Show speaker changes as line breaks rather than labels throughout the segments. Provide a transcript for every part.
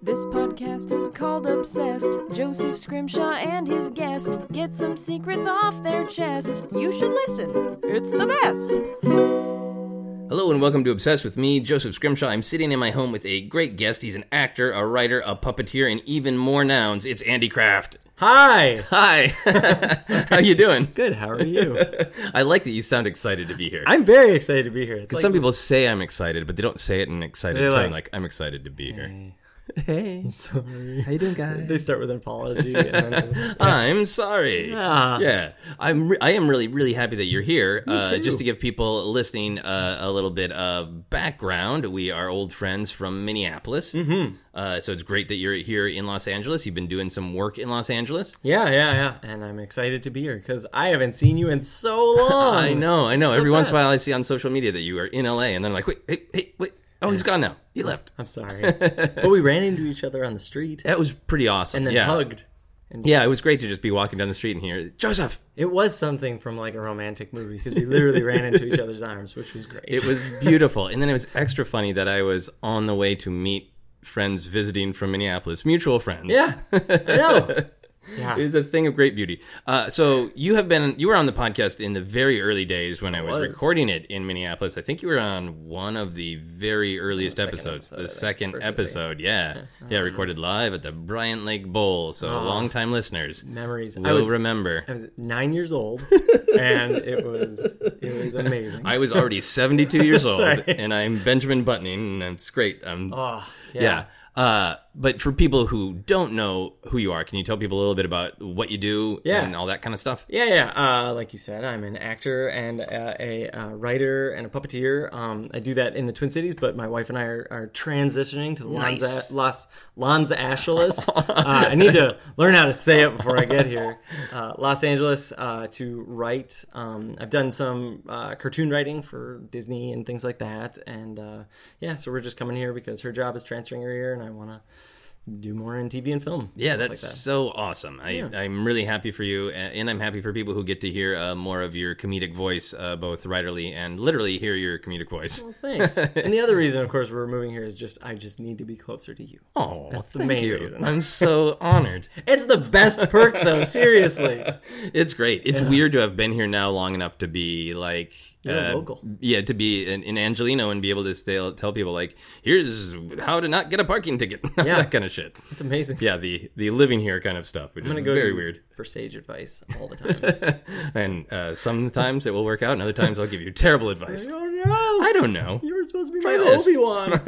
This podcast is called Obsessed. Joseph Scrimshaw and his guest get some secrets off their chest. You should listen, it's the best.
Hello and welcome to Obsessed with me, Joseph Scrimshaw. I'm sitting in my home with a great guest. He's an actor, a writer, a puppeteer, and even more nouns. It's Andy Kraft.
Hi.
Hi. How you doing?
Good. How are you?
I like that you sound excited to be here.
I'm very excited to be here. It's
Because
like,
some people say I'm excited, but they don't say it in an excited
They're
tone. Like,
like-
I'm excited to be here.
hey, sorry.
you doing, guys?
They start with an apology. And then
I'm sorry.
Ah.
Yeah, I'm. Re- I am really, really happy that you're here. Uh, just to give people listening uh, a little bit of background, we are old friends from Minneapolis. Mm-hmm. Uh, so it's great that you're here in Los Angeles. You've been doing some work in Los Angeles.
yeah, yeah, yeah. And I'm excited to be here because I haven't seen you in so long.
I know, I know. Every once in a while, I see on social media that you are in LA, and then I'm like, wait, wait, wait, wait. Oh, he's gone now. He left.
I'm sorry, but we ran into each other on the street
That was pretty awesome.
and then
yeah.
hugged.
Yeah, it was great to just be walking down the street and hear Joseph.
It was something from like a romantic movie because we literally ran into each other's arms, which was great.
It was beautiful. and then it was extra funny that I was on the way to meet friends visiting from Minneapolis, mutual friends.
yeah, I know. Yeah,
It was a thing of great beauty. Uh, so you have been, you were on the podcast in the very early days when I was,
was.
recording it in Minneapolis. I think you were on one of the very earliest episodes,
episode, I
the
think.
second
First or
episode. Yeah. Yeah. Recorded live at the Bryant Lake Bowl. So longtime listeners
memories. I
will
was,
remember.
I was nine years old, and it was it was amazing.
I was already 72 years old
Sorry.
and I'm Benjamin Buttoning and it's great. I'm
Oh,
Yeah. Uh, but for people who don't know who you are, can you tell people a little bit about what you do
Yeah.
and all that kind of stuff?
Yeah, yeah. Uh, like you said, I'm an actor and uh, a uh, writer and a puppeteer. Um, I do that in the Twin Cities, but my wife and I are, are transitioning to Lons,
Nice.
Los Los Angeles. uh, I need to learn how to say it before I get here. Uh, Los Angeles uh, to write. Um, I've done some uh, cartoon writing for Disney and things like that. And uh, yeah, so we're just coming here because her job is transferring her here, and I want to do more in TV and film.
Yeah,
Stuff like
that's
that.
so awesome. I, I'm really happy for you, a- and I'm happy for people who get to hear uh, more of your comedic voice, uh, both writerly and literally hear your comedic voice.
Thanks. and the other reason, of course, we're moving here is just I just need to be closer to you.
Oh,
That's the
thank
main
you.
reason.
I'm so honored.
It's the best perk, though. Seriously.
It's great. It's weird to have been here now long enough to be like uh,
You're a local.
Yeah, to be in, in Angelino and be able to stay, tell people like, here's how to not get a parking ticket.
Yeah.
that kind of shit.
It's amazing.
Yeah, the the living here kind of stuff, which
I'm
is
gonna go
very
to
weird.
for sage advice all the time.
And uh, sometimes it will work out, and other times I'll give you terrible advice.
oh
I don't know.
You were supposed to be
Try
my
this.
Obi Wan.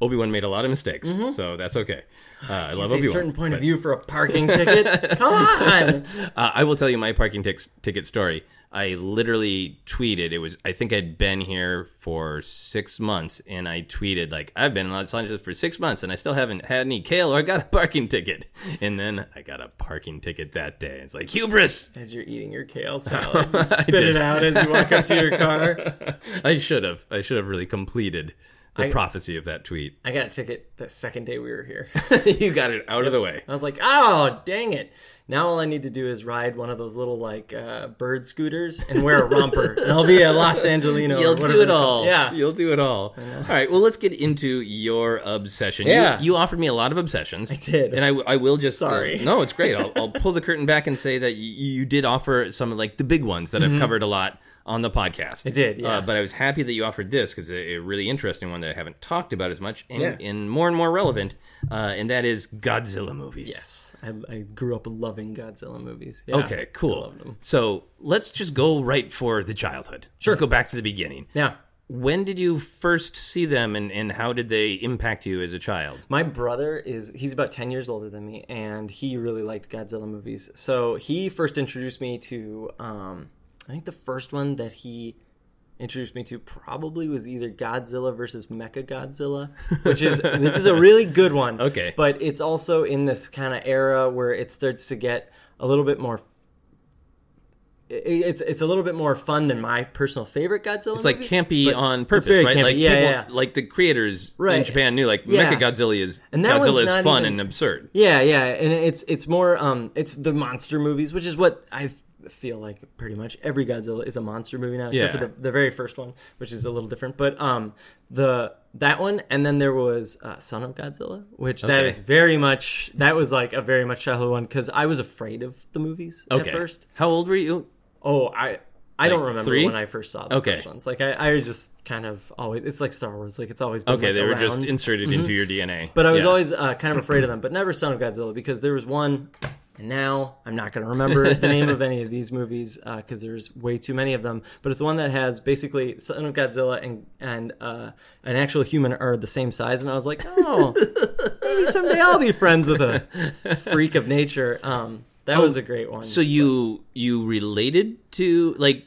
Obi Wan made a lot of mistakes, so that's okay. Uh, I love
A
Obi
Mm-hmm. certain
Wan.
point of view for a parking ticket. Come on.
Uh, I will tell you my parking tic- ticket story. I literally tweeted. It was I think I'd been here for six months, and I tweeted like I've been in Los Angeles for six months, and I still haven't had any kale or got a parking ticket. And then I got a parking ticket that day. It's like hubris.
As you're eating your kale salad, you spit it out as you walk up to your car.
I should have. I should have really completed the prophecy of that tweet.
I got a ticket the second day we were here.
you got it out of the way.
I was like, oh, dang it. Now all I need to do is ride one of those little like uh, bird scooters and wear a romper. and I'll be a Los Angelino. or
You'll do
whatever
it
they're
all.
called. Yeah.
You'll do it all. All right. Well, let's get into your obsession. You-
Yeah.
You, offered me a lot of obsessions. I
did.
And I, w- I will just. uh,
Sorry.
no, it's great. I'll, I'll pull the curtain back and say that y- you did offer some of like the big ones that I've covered a lot on the podcast. Mm-hmm. I
did, yeah.
Uh, but I was happy that you offered this because a, a really interesting one that I haven't talked about as much and,
Yeah.
and more and more relevant, uh, and that is Godzilla movies.
Yes. I, I grew up loving Godzilla movies. Yeah.
Okay, cool. So let's just go right for the childhood. Sure. Let's go back to the beginning.
Now,
When did you first see them and, and how did they impact you as a child?
my brother is he's about 10 years older than me and he really liked Godzilla movies. So he first introduced me to um I think the first one that he introduced me to probably was either Godzilla versus Mecha Godzilla, which is which is a really good one.
Okay.
But it's also in this kind of era where it starts to get a little bit more i- it's it's a little bit more fun than my personal favorite Godzilla.
It's like campy on purpose,
very
right?
campy.
Like
Yeah,
people,
yeah.
like the creators in
Right.
Japan knew like
Yeah.
Mecha Godzilla is
And that
Godzilla
one's
is
not
fun
even-
and absurd.
Yeah, yeah, and it's it's more um it's the monster movies, which is what I've feel like pretty much every Godzilla is a monster movie now,
Yeah.
except for the, the very first one, which is a little different. But um, the that one, and then there was uh, Son of Godzilla, which that
Okay.
is very much that was like a very much childhood one because I was afraid of the movies
Okay.
at first.
How old were you?
Oh, I. I don't remember
three?
when I first saw the
Okay.
first ones. Like I, I just kind of always. It's like Star Wars. Like it's always been
Okay,
like,
they were just
around. Mm-hmm.
inserted into your DNA.
But I was
Yeah.
always uh, kind of afraid of them, but never Son of Godzilla because there was one, and now I'm not going to remember the name of any of these movies because there's way too many of them. But it's one that has basically Son of Godzilla and and uh, an actual human are the same size, and I was like, oh, maybe someday I'll be friends with a freak of nature. Um, that was a great one.
So you you related to like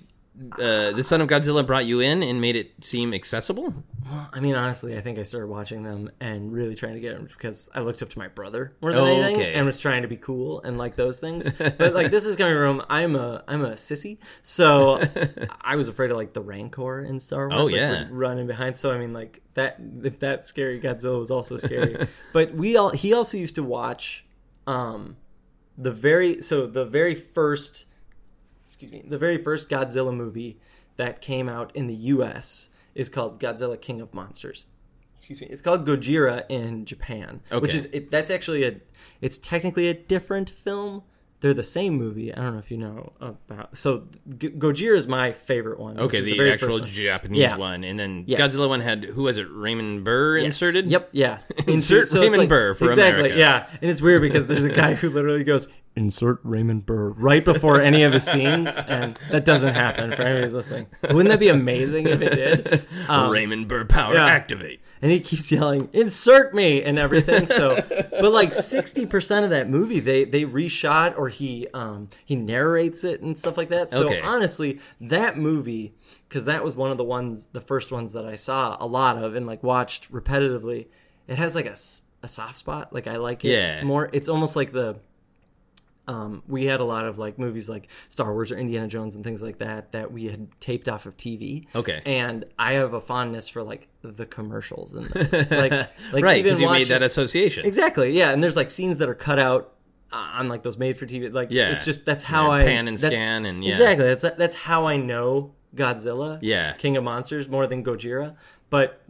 uh, the son of Godzilla brought you in and made it seem accessible.
I mean, honestly, I think I started watching them and really trying to get them because I looked up to my brother more than
Oh,
anything,
okay.
and was trying to be cool and like those things. but like this is coming from I'm a I'm a sissy, so I was afraid of like the Rancor in Star Wars.
Oh,
like,
yeah.
would run in behind. So I mean, like that if that scary Godzilla was also scary. but we all he also used to watch, um, the very so the very first excuse me, the very first Godzilla movie that came out in the U.S. is called Godzilla King of Monsters. Excuse me, it's called Gojira in Japan, which
Okay.
is it, that's actually a it's technically a different film. They're the same movie. I don't know if you know about. So G- Gojira is my favorite one. which
Okay,
is
the,
very
actual
first one.
Japanese
Yeah.
one, and then
Yes.
Godzilla one had who was it? Raymond Burr
Yes.
inserted.
Yep. Yeah.
Insert
it's
Raymond Burr for
exactly.
America.
Yeah. And it's weird because there's a guy who literally goes insert Raymond Burr right before any of his scenes, and that doesn't happen for anyone who's listening. Wouldn't that be amazing if it did?
Raymond Burr power
Um, yeah.
activate.
and he keeps yelling insert me and everything so but like 60% of that movie they they reshot or he um he narrates it and stuff like that so
Okay.
honestly that movie because that was one of the ones the first ones that i saw a lot of and like watched repetitively it has like a, s- a soft spot like i like it
Yeah.
more it's almost like the um, we had a lot of like movies like Star Wars or Indiana Jones and things like that that we had taped off of TV.
Okay.
And I have a fondness for like the commercials and those. like like
right,
even
because you made
watching-
that association.
exactly yeah. And there's like scenes that are cut out uh, on like those made for TV. Like
Yeah.
it's just that's how
Yeah,
I
pan and
that's-
scan and- yeah.
exactly that's that's how I know Godzilla.
Yeah.
King of Monsters more than Gojira, but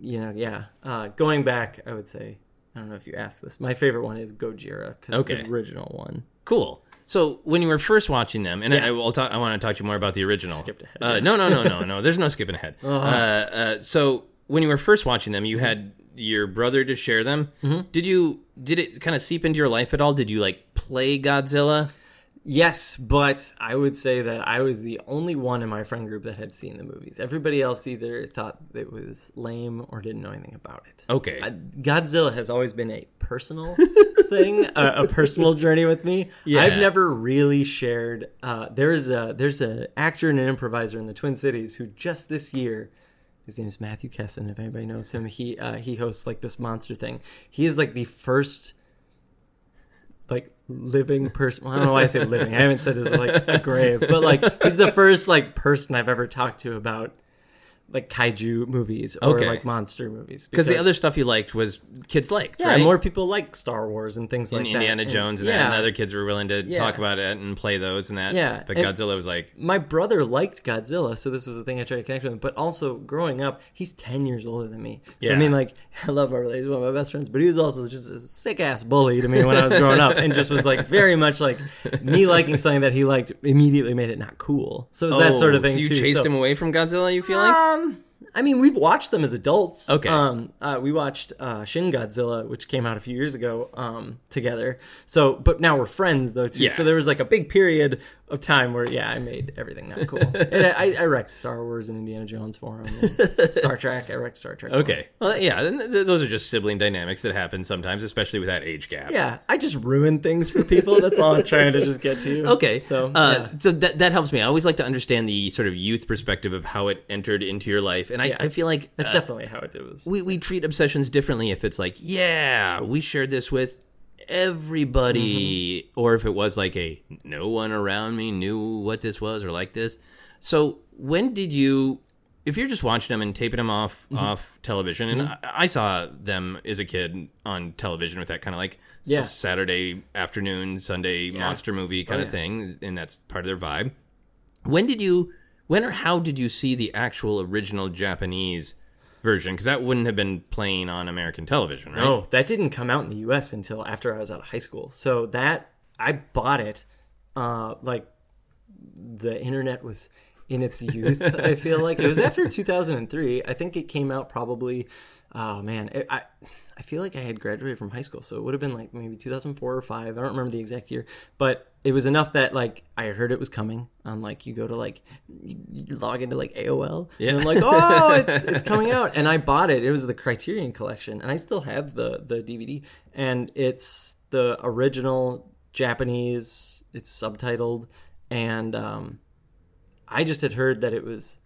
you know yeah. Uh, going back, I would say. I don't know if you asked this. My favorite one is Gojira, 'cause
Okay.
the original one.
Cool. So when you were first watching them, and I, I will talk, I want to talk to you more about the original.
Skipped ahead. Uh-huh.
Uh, no, no, no, no, no. There's no skipping ahead. Uh, uh, so when you were first watching them, you had your brother to share them.
Mm-hmm.
Did you? Did it kind of seep into your life at all? Did you like play Godzilla?
Yes, but I would say that I was the only one in my friend group that had seen the movies. Everybody else either thought it was lame or didn't know anything about it.
Okay.
I- Godzilla has always been a personal thing, a, a personal journey with me.
Yeah.
I've never really shared. Uh, there's a there's an actor and an improviser in the Twin Cities who just this year, his name is Matthew Kesson. If anybody knows him, he uh, he hosts like this monster thing. He is like the first. Like living person, well, I don't know why I say living. I haven't said it's like a grave, but like he's the first like person I've ever talked to about like kaiju movies or
Okay.
like monster movies
Because the other stuff you liked was kids liked,
yeah,
right?
more people like Star Wars and things like
And
that.
Indiana
And-
Jones and, that, and other kids were willing to talk about it and play those and that.
Yeah,
But
and-
Godzilla was like,
My brother liked Godzilla, so this was the thing I tried to connect with him. But also, growing up, he's ten years older than me. So,
Yeah.
I mean, like, I love my brother; he's one of my best friends. But he was also just a sick ass bully to me when I was growing up, and just was like very much like me liking something that he liked immediately made it not cool. So it was that sort of
"Oh,
thing
So you
too.
chased
So-
him away from Godzilla. You feel like?
Um, I mean, we've watched them as adults.
Okay.
Um, uh, we watched uh, Shin Godzilla, which came out a few years ago, um, together. So, but now we're friends though too.
Yeah.
So there was like a big period of time where yeah, I made everything not cool. and I, I wrecked Star Wars and Indiana Jones for him. and Star Trek, I wrecked Star Trek. for him.
Okay. Well, yeah. then th- th- those are just sibling dynamics that happen sometimes, especially with that age gap.
Yeah, I just ruin things for people. That's all I'm trying to just get to.
Okay.
So
uh, so that that helps me. I always like to understand the sort of youth perspective of how it entered into your life, and I,
Yeah.
I feel like
that's
uh,
definitely how it was.
we we treat obsessions differently if it's like, yeah, we shared this with everybody, or if it was like a no one around me knew what this was or like this. So when did you? if you're just watching them and taping them off off television, and I, I saw them as a kid on television with that kind of like s-
Yeah.
Saturday afternoon, Sunday monster movie kind of thing, and that's part of their vibe. When did you? When or how did you see the actual original Japanese version? Because that wouldn't have been playing on American television, right?
Oh, that didn't come out in the U.S. until after I was out of high school. So that I bought it, uh, like the internet was in its youth. I feel like it was after 2003. I think it came out probably. Oh man, it, I I feel like I had graduated from high school, so it would have been like maybe 2004 or five. I don't remember the exact year, but it was enough that like I heard it was coming. On like you go to like you you log into like AOL, and I'm like, oh, it's it's coming out, and I bought it. It was the Criterion Collection, and I still have the the DVD, and it's the original Japanese. It's subtitled, and um, I just had heard that it was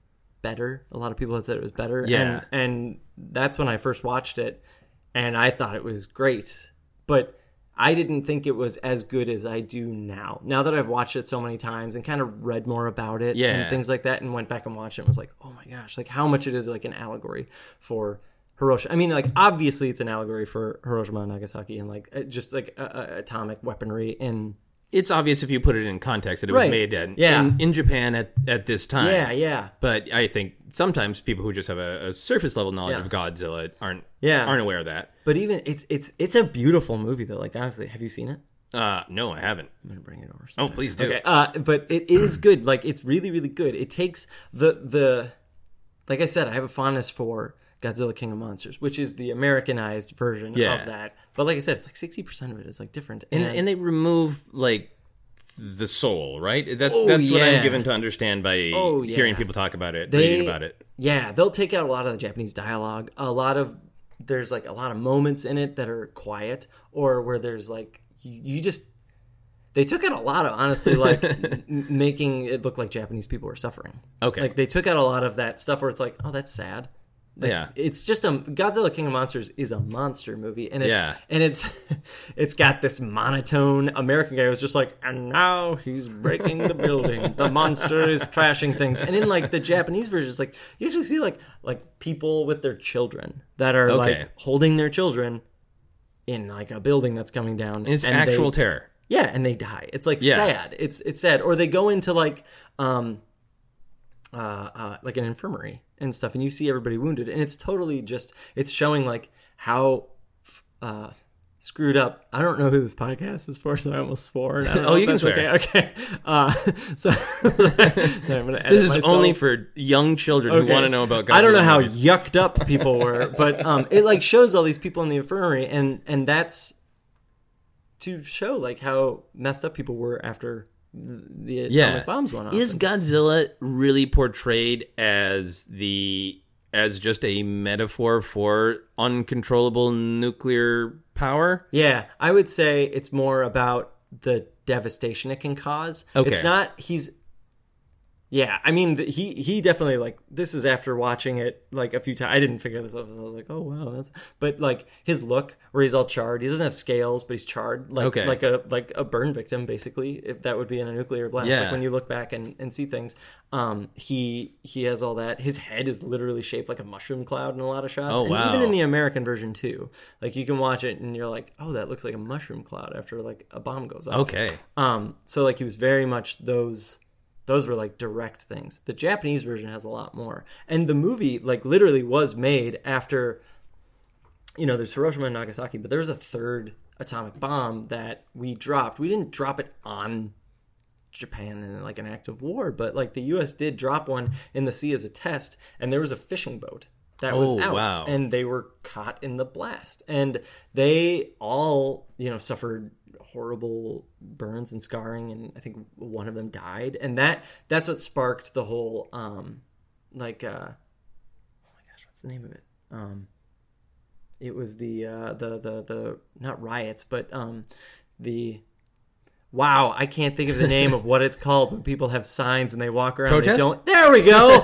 better. A lot of people had said it was better.
Yeah.
And, and that's when I first watched it, and I thought it was great. But I didn't think it was as good as I do now. Now that I've watched it so many times and kind of read more about it
Yeah.
and things like that, and went back and watched it, and was like, oh my gosh, like how much it is like an allegory for. Hiroshima. I mean, like obviously, it's an allegory for Hiroshima and Nagasaki, and like uh, just like uh, uh, atomic weaponry in
It's obvious if you put it in context that it was
Right.
made in,
Yeah.
in in Japan at at this time.
yeah, yeah.
But I think sometimes people who just have a, a surface level knowledge
Yeah.
of Godzilla aren't
Yeah.
aren't aware of that.
But even it's it's it's a beautiful movie though. Like honestly, have you seen it?
Uh, no, I haven't.
I'm gonna bring it over.
Oh, please do.
Okay. Uh, but it is good. Like it's really really good. It takes the the like I said, I have a fondness for Godzilla King of Monsters, which is the Americanized version
Yeah.
of that. But like I said, it's like sixty percent of it is like different.
And, and they remove like the soul, right? That's
Oh,
that's what I'm
yeah.
given to understand by
Oh, yeah.
hearing people talk about it,
They-
reading about it.
Yeah, they'll take out a lot of the Japanese dialogue. A lot of there's like a lot of moments in it that are quiet or where there's like you, you just they took out a lot of honestly like m- making it look like Japanese people were suffering.
Okay.
Like they took out a lot of that stuff where it's like, oh, that's sad. Like,
Yeah.
It's just a Godzilla King of Monsters is a monster movie and it's
Yeah.
and it's it's got this monotone American guy who's just like, and now he's breaking the building. The monster is trashing things. And in like the Japanese version, it's like you actually see like like people with their children that are
Okay.
like holding their children in like a building that's coming down.
It's
and
actual
they,
terror.
yeah, and they die. It's like
Yeah.
sad. It's it's sad. Or they go into like um uh, uh like an infirmary and stuff, and you see everybody wounded, and it's totally just it's showing like how uh screwed up. I don't know who this podcast is for, so I almost swore. and I don't
Oh,
know
you
if
can
that's
swear.
Okay, okay. Uh, so, so I'm gonna edit
This is
myself.
only for young children who
Okay.
want to know about Godzilla.
I don't know how
movies.
yucked up people were, but um, it like shows all these people in the infirmary, and and that's to show like how messed up people were after the atomic
yeah.
bombs went off.
Is Godzilla really portrayed as the as just a metaphor for uncontrollable nuclear power?
yeah, I would say it's more about the devastation it can cause.
Okay.
it's not he's. Yeah, I mean, th- he he definitely like this is after watching it like a few times. I didn't figure this out. 'cause I was like, oh wow, that's. But like his look, where he's all charred. He doesn't have scales, but he's charred, like
Okay.
like a like a burn victim, basically. If that would be in a nuclear blast,
Yeah.
like when you look back and, and see things, um, he he has all that. His head is literally shaped like a mushroom cloud in a lot of shots.
Oh,
and
wow.
Even in the American version too, like you can watch it and you're like, oh, that looks like a mushroom cloud after like a bomb goes off.
Okay.
Um, so like he was very much those those were like direct things. The Japanese version has a lot more. And the movie like literally was made after you know, there's Hiroshima and Nagasaki, but there was a third atomic bomb that we dropped. We didn't drop it on Japan in like an act of war, but like the US did drop one in the sea as a test, and there was a fishing boat that
Oh,
was out
wow.
and they were caught in the blast. And they all, you know, suffered horrible burns and scarring and I think one of them died. And that that's what sparked the whole um like uh oh my gosh, what's the name of it? Um it was the uh the the the not riots, but um the Wow, I can't think of the name of what it's called when people have signs and they walk around.
Protest?
They don't. There we go.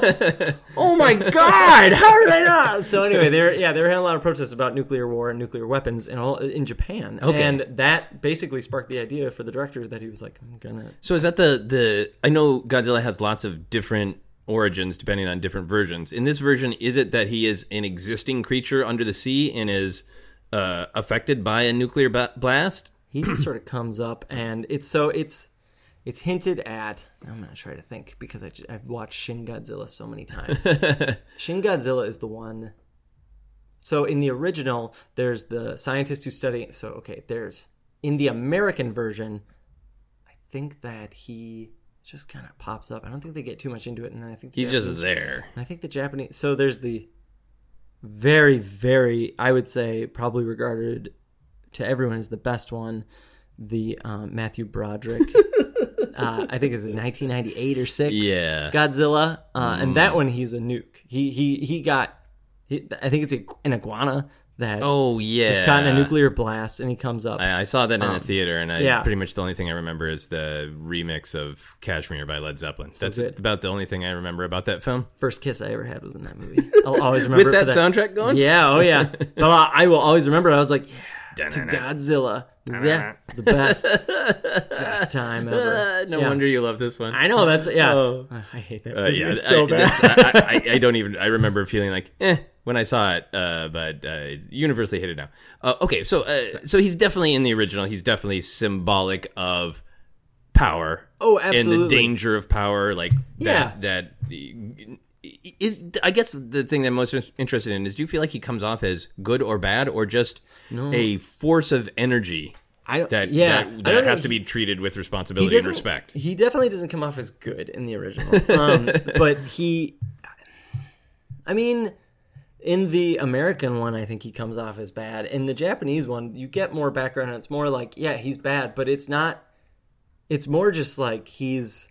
oh my God! How did I not? So anyway, there. Yeah, there were a lot of protests about nuclear war and nuclear weapons and all in Japan.
Okay.
And that basically sparked the idea for the director that he was like, I'm gonna.
So is that the the I know Godzilla has lots of different origins depending on different versions. In this version, is it that he is an existing creature under the sea and is uh, affected by a nuclear ba- blast?
he just sort of comes up and it's so it's it's hinted at i'm gonna try to think because I, ju- i've watched shin godzilla so many times shin godzilla is the one so in the original there's the scientist who study so okay there's in the american version i think that he just kind of pops up i don't think they get too much into it and i think the
He's
Japanese-
just there.
and I think the Japanese. So there's the very, very, I would say, probably regarded to everyone as the best one, the um, Matthew Broderick. uh, I think it's in 1998 or six.
Yeah. Mm.
Godzilla, uh, and that one he's a nuke. He he he got. He, I think it's an iguana that
Oh yeah,
was caught in a nuclear blast, and he comes up.
I, I saw that in the theater, and I,
yeah.
pretty much the only thing I remember is the remix of "Cashmere" by Led Zeppelin. That's
good.
about the only thing I remember about that film.
First kiss I ever had was in that movie. I'll always remember
With
it for
that, soundtrack going,
Yeah, oh yeah. But I, I will always remember. it. I was like, yeah, to Godzilla, yeah, the best, best time ever.
Uh, no
Yeah.
wonder you love this one.
I know that's yeah. I hate that.
Uh,
movie.
yeah,
it's so
I,
bad.
that's- I, I, I don't even. I remember feeling like, eh, when I saw it, uh, but uh, it's universally hated now. Uh, okay, so uh, so he's definitely in the original. He's definitely symbolic of power.
Oh,
And the
absolutely.
danger of power, like
Yeah.
that. That is. I guess the thing that I'm most interested in is: Do you feel like he comes off as good or bad, or just a force of energy?
I
That,
yeah. I
that,
don't
that has
think
to
he-
be treated with
he
responsibility and
doesn't-
respect.
He definitely doesn't come off as good in the original, um, but he. I mean, in the American one, I think he comes off as bad. In the Japanese one, you get more background, and it's more like, yeah, he's bad, but it's not. It's more just like he's.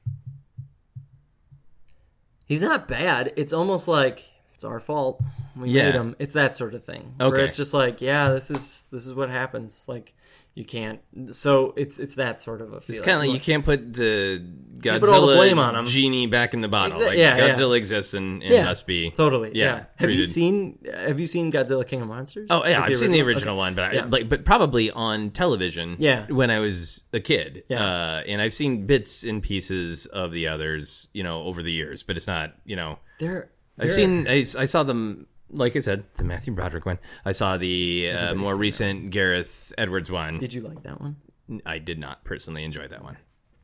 He's not bad. It's almost like it's our fault. We
Yeah.
made him. It's that sort of thing. Where
Okay.
it's just like, yeah, this is this is what happens. Like, you can't. So it's it's that sort of a feeling.
It's kind of like you can't put the Godzilla
put all the blame on 'em.
genie back in the bottle.
Exa-
like
yeah, yeah.
Godzilla exists and, and must be
totally. Yeah. Have you
treated-
seen Have you seen Godzilla King of Monsters?
Oh yeah,
Like
I've seen the
Okay.
original one, but I,
Yeah.
like, but probably on television.
Yeah.
when I was a kid.
Yeah.
uh, and I've seen bits and pieces of the others, you know, over the years. But it's not, you know,
There,
I've
there-
seen. I, I saw them. Like I said, the Matthew Broderick one. I saw the uh, more recent Gareth Edwards one.
Did you like that one?
I did not personally enjoy that one.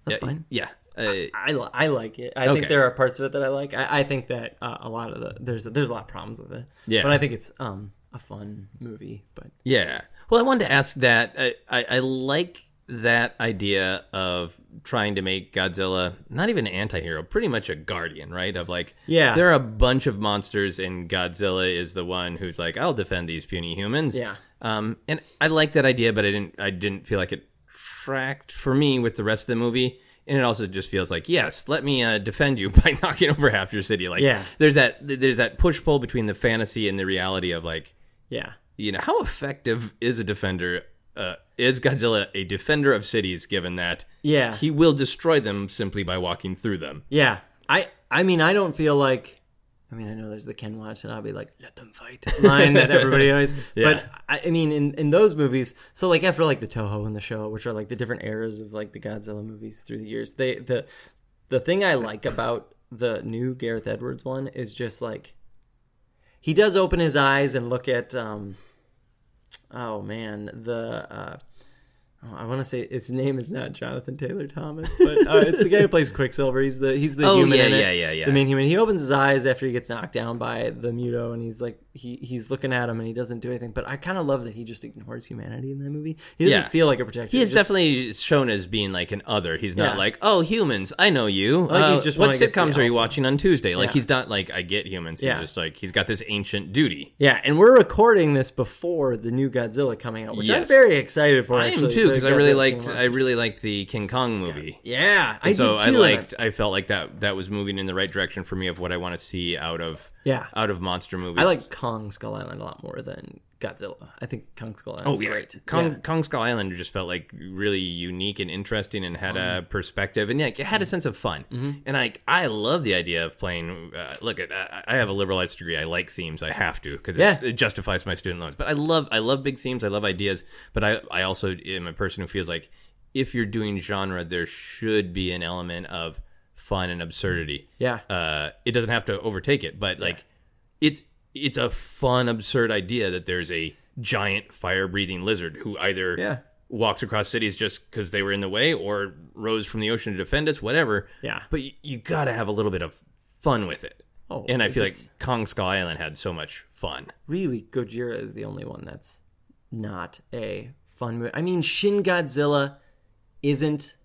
That's
yeah,
fine.
Yeah. Uh,
I, li- I like it. I
Okay.
think there are parts of it that I like. I, I think that uh, a lot of the there's there's a lot of problems with it.
Yeah.
But I think it's um a fun movie. But
Yeah. Well, I wanted to ask that. I, I, I like that idea of trying to make Godzilla not even an anti hero, pretty much a guardian, right? Of like,
Yeah.
there are a bunch of monsters, and Godzilla is the one who's like, I'll defend these puny humans.
Yeah.
Um, and I like that idea, but I didn't, I didn't feel like it tracked for me with the rest of the movie. And it also just feels like, yes, let me uh, defend you by knocking over half your city. Like,
Yeah.
there's that, there's that push pull between the fantasy and the reality of like,
yeah,
you know how effective is a defender uh, is godzilla a defender of cities given that
yeah,
he will destroy them simply by walking through them
yeah. I I mean I don't feel like. I mean, I know there's the Ken Watanabe like "let them fight" line that everybody always.
Yeah.
But I, I mean, in, in those movies, so like after like the Toho and the Showa, which are like the different eras of like the Godzilla movies through the years, they the the thing I like about the new Gareth Edwards one is just like he does open his eyes and look at um oh man the uh oh, I want to say his name is not Jonathan Taylor Thomas, but uh, it's the guy who plays Quicksilver. He's the he's the
Oh,
human
yeah,
in it,
yeah, yeah, yeah.
the main human. He opens his eyes after he gets knocked down by the Muto, and he's like he he's looking at him and he doesn't do anything. But I kind of love that he just ignores humanity in that movie. He doesn't
Yeah.
feel like a protector.
he is
just-
definitely shown as being like an other he's not
Yeah.
like oh humans i know you
think
Uh,
he's just
what
wanting to see
sitcoms are you
alpha.
watching on tuesday like
Yeah.
he's not like i get humans he's
Yeah.
just like he's got this ancient duty
Yeah, and we're recording this before the new Godzilla coming out, which I'm
Yes.
very excited for.
i am
actually,
too
the
because i really
Godzilla
liked
King
i really liked the king kong movie
Yeah, I
so
did
I
too. and
liked, I felt like that that was moving in the right direction for me of what I want to see out of
Yeah.
out of monster movies.
I like Kong Skull Island a lot more than Godzilla. I think Kong Skull Island.
Oh yeah,
great.
Kong,
Yeah.
Kong Skull Island just felt like really unique and interesting, and had a perspective, and yeah, it
Mm-hmm.
had a sense of fun. And I, I love the idea of playing. Uh, look, at I, I have a liberal arts degree. I like themes. I have to because
Yeah.
it justifies my student loans. But I love, I love big themes. I love ideas. But I, I also am a person who feels like if you're doing genre, there should be an element of fun and absurdity.
Yeah.
Uh, it doesn't have to overtake it, but like it's it's a fun absurd idea that there's a giant fire-breathing lizard who either
Yeah.
walks across cities just cuz they were in the way or rose from the ocean to defend us, whatever.
Yeah.
But you, you got to have a little bit of fun with it.
Oh,
and I feel like
it's-
Kong Skull Island had so much fun.
really Gojira is the only one that's not a fun movie. I mean, Shin Godzilla isn't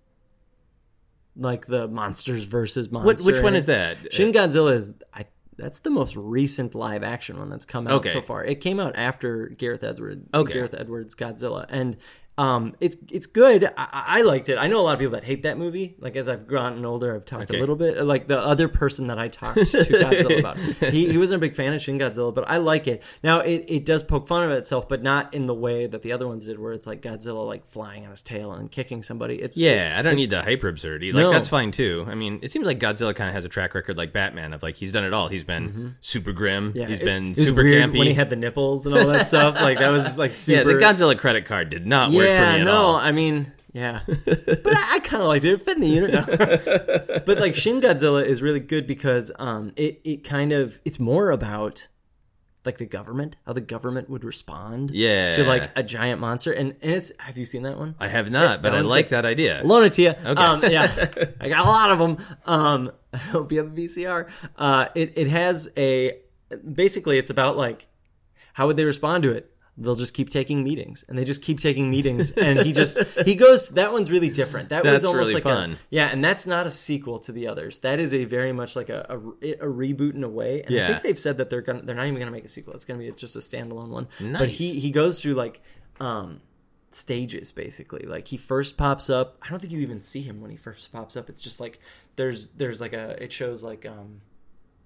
like the monsters versus
What
monsters.
which one is that?
Shin Godzilla is I that's the most recent live action one that's come out
Okay.
so far. It came out after Gareth Edwards
Okay.
Gareth Edwards Godzilla and um, it's it's good. I- I, I liked it. I know a lot of people that hate that movie. Like as I've gotten older, I've talked
Okay.
a little bit. uh, Like the other person that I talked to Godzilla about, he, he wasn't a big fan of Shin Godzilla, but I like it. Now it, it does poke fun of itself, but not in the way that the other ones did, where it's like Godzilla like flying on his tail and kicking somebody. It's
Yeah, I don't need the hyper absurdity. Like
No.
that's fine too. I mean, it seems like Godzilla kind of has a track record like Batman of like he's done it all. He's been super grim.
Mm-hmm. Yeah,
he's
it-
been
it was
super
weird
campy.
when he had the nipples and all that stuff. Like that was like super.
yeah, the Godzilla credit card did not work for me
Yeah,
at
no,
all.
I mean, yeah, but I, I kind of liked it. It fit in the unit. No. but like Shin Godzilla is really good because um, it it kind of it's more about like the government, how the government would respond,
Yeah.
to like a giant monster, and and it's have you seen that one?
I have not, but I
one's
like
good.
that idea.
Loan it to you. Um, yeah, I got a lot of them. Um, I hope you have a VCR. Uh, it it has a basically it's about like how would they respond to it. They'll just keep taking meetings, and they just keep taking meetings, and he just he goes. That one's really different. That
That's
was almost
really
like
fun.
a yeah, and that's not a sequel to the others. That is a very much like a a, a reboot in a way. And
Yeah.
I think they've said that they're gonna they're not even gonna make a sequel. It's gonna be just a standalone one. But
Nice.
he he goes through like um stages basically like he first pops up i don't think you even see him when he first pops up it's just like there's there's like a it shows like um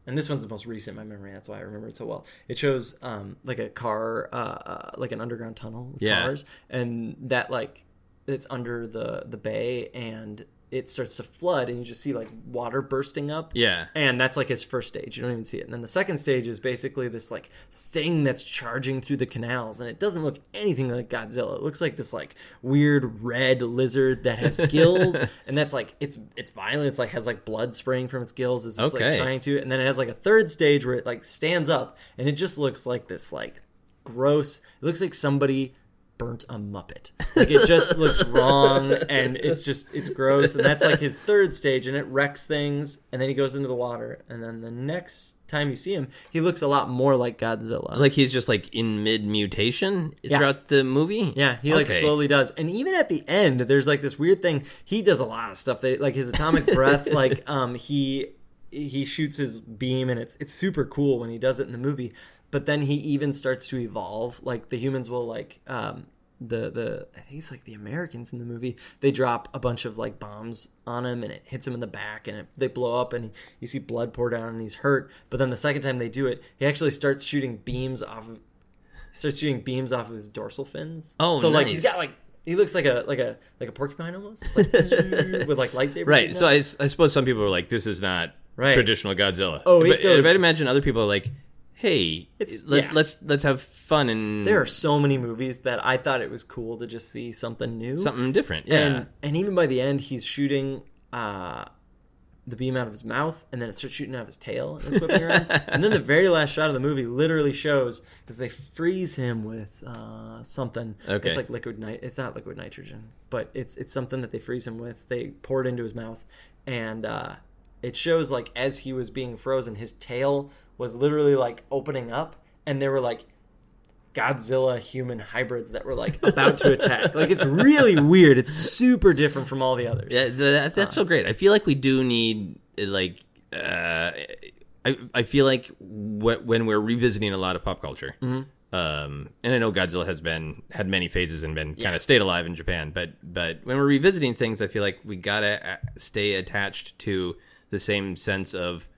and this one's the most recent in my memory that's why i remember it so well it shows um like a car uh, uh like an underground tunnel with
Yeah.
cars and that like it's under the the bay and it starts to flood and you just see like water bursting up
Yeah.
and that's like his first stage. You don't even see it. And then the second stage is basically this like thing that's charging through the canals, and it doesn't look anything like Godzilla. It looks like this like weird red lizard that has gills, and that's like it's it's violent. It's like has like blood spraying from its gills as it's
Okay.
like trying to. And then it has like a third stage where it like stands up, and it just looks like this like gross. It looks like somebody burnt a muppet like it just looks wrong and it's just it's gross and that's like his third stage and it wrecks things and then he goes into the water and then the next time you see him he looks a lot more like godzilla
Like he's just like in mid mutation
Yeah.
throughout the movie.
yeah he like
Okay.
slowly does and even at the end there's like this weird thing he does a lot of stuff that like his atomic breath like um he he shoots his beam and it's it's super cool when he does it in the movie but then he even starts to evolve like the humans will like um the the I think it's like the Americans in the movie. They drop a bunch of like bombs on him, and it hits him in the back, and it, they blow up, and you see blood pour down, and he's hurt. But then the second time they do it, he actually starts shooting beams off of starts shooting beams off of his dorsal fins.
Oh,
so like he's
nice.
got like he looks like a like a like a porcupine almost. It's like with like lightsabers.
Right.
and
So
that.
I, s- I suppose some people are like, this is not
Right.
traditional Godzilla.
Oh, it
but,
goes-
but I'd imagine other people are like, hey,
It's-
let's,
yeah.
let's let's have fun and
there are so many movies that I thought it was cool to just see something new.
something different. Yeah.
And and even by the end, he's shooting uh, the beam out of his mouth, and then it starts shooting out of his tail, and it's whipping around. And then the very last shot of the movie literally shows because they freeze him with uh, something.
Okay.
It's like liquid nit. It's not liquid nitrogen, but it's it's something that they freeze him with. They pour it into his mouth, and uh, it shows like as he was being frozen, his tail was literally like opening up, and they were like Godzilla human hybrids that were like about to attack. Like it's really weird. It's super different from all the others.
Yeah, Uh, th- that, that's so great. I feel like we do need uh, like uh, I I feel like wh- when we're revisiting a lot of pop culture,
Mm-hmm.
um, and I know Godzilla has been had many phases and been kind of stayed alive in Japan, but but when we're revisiting things, I feel like we gotta uh, stay attached to the same sense of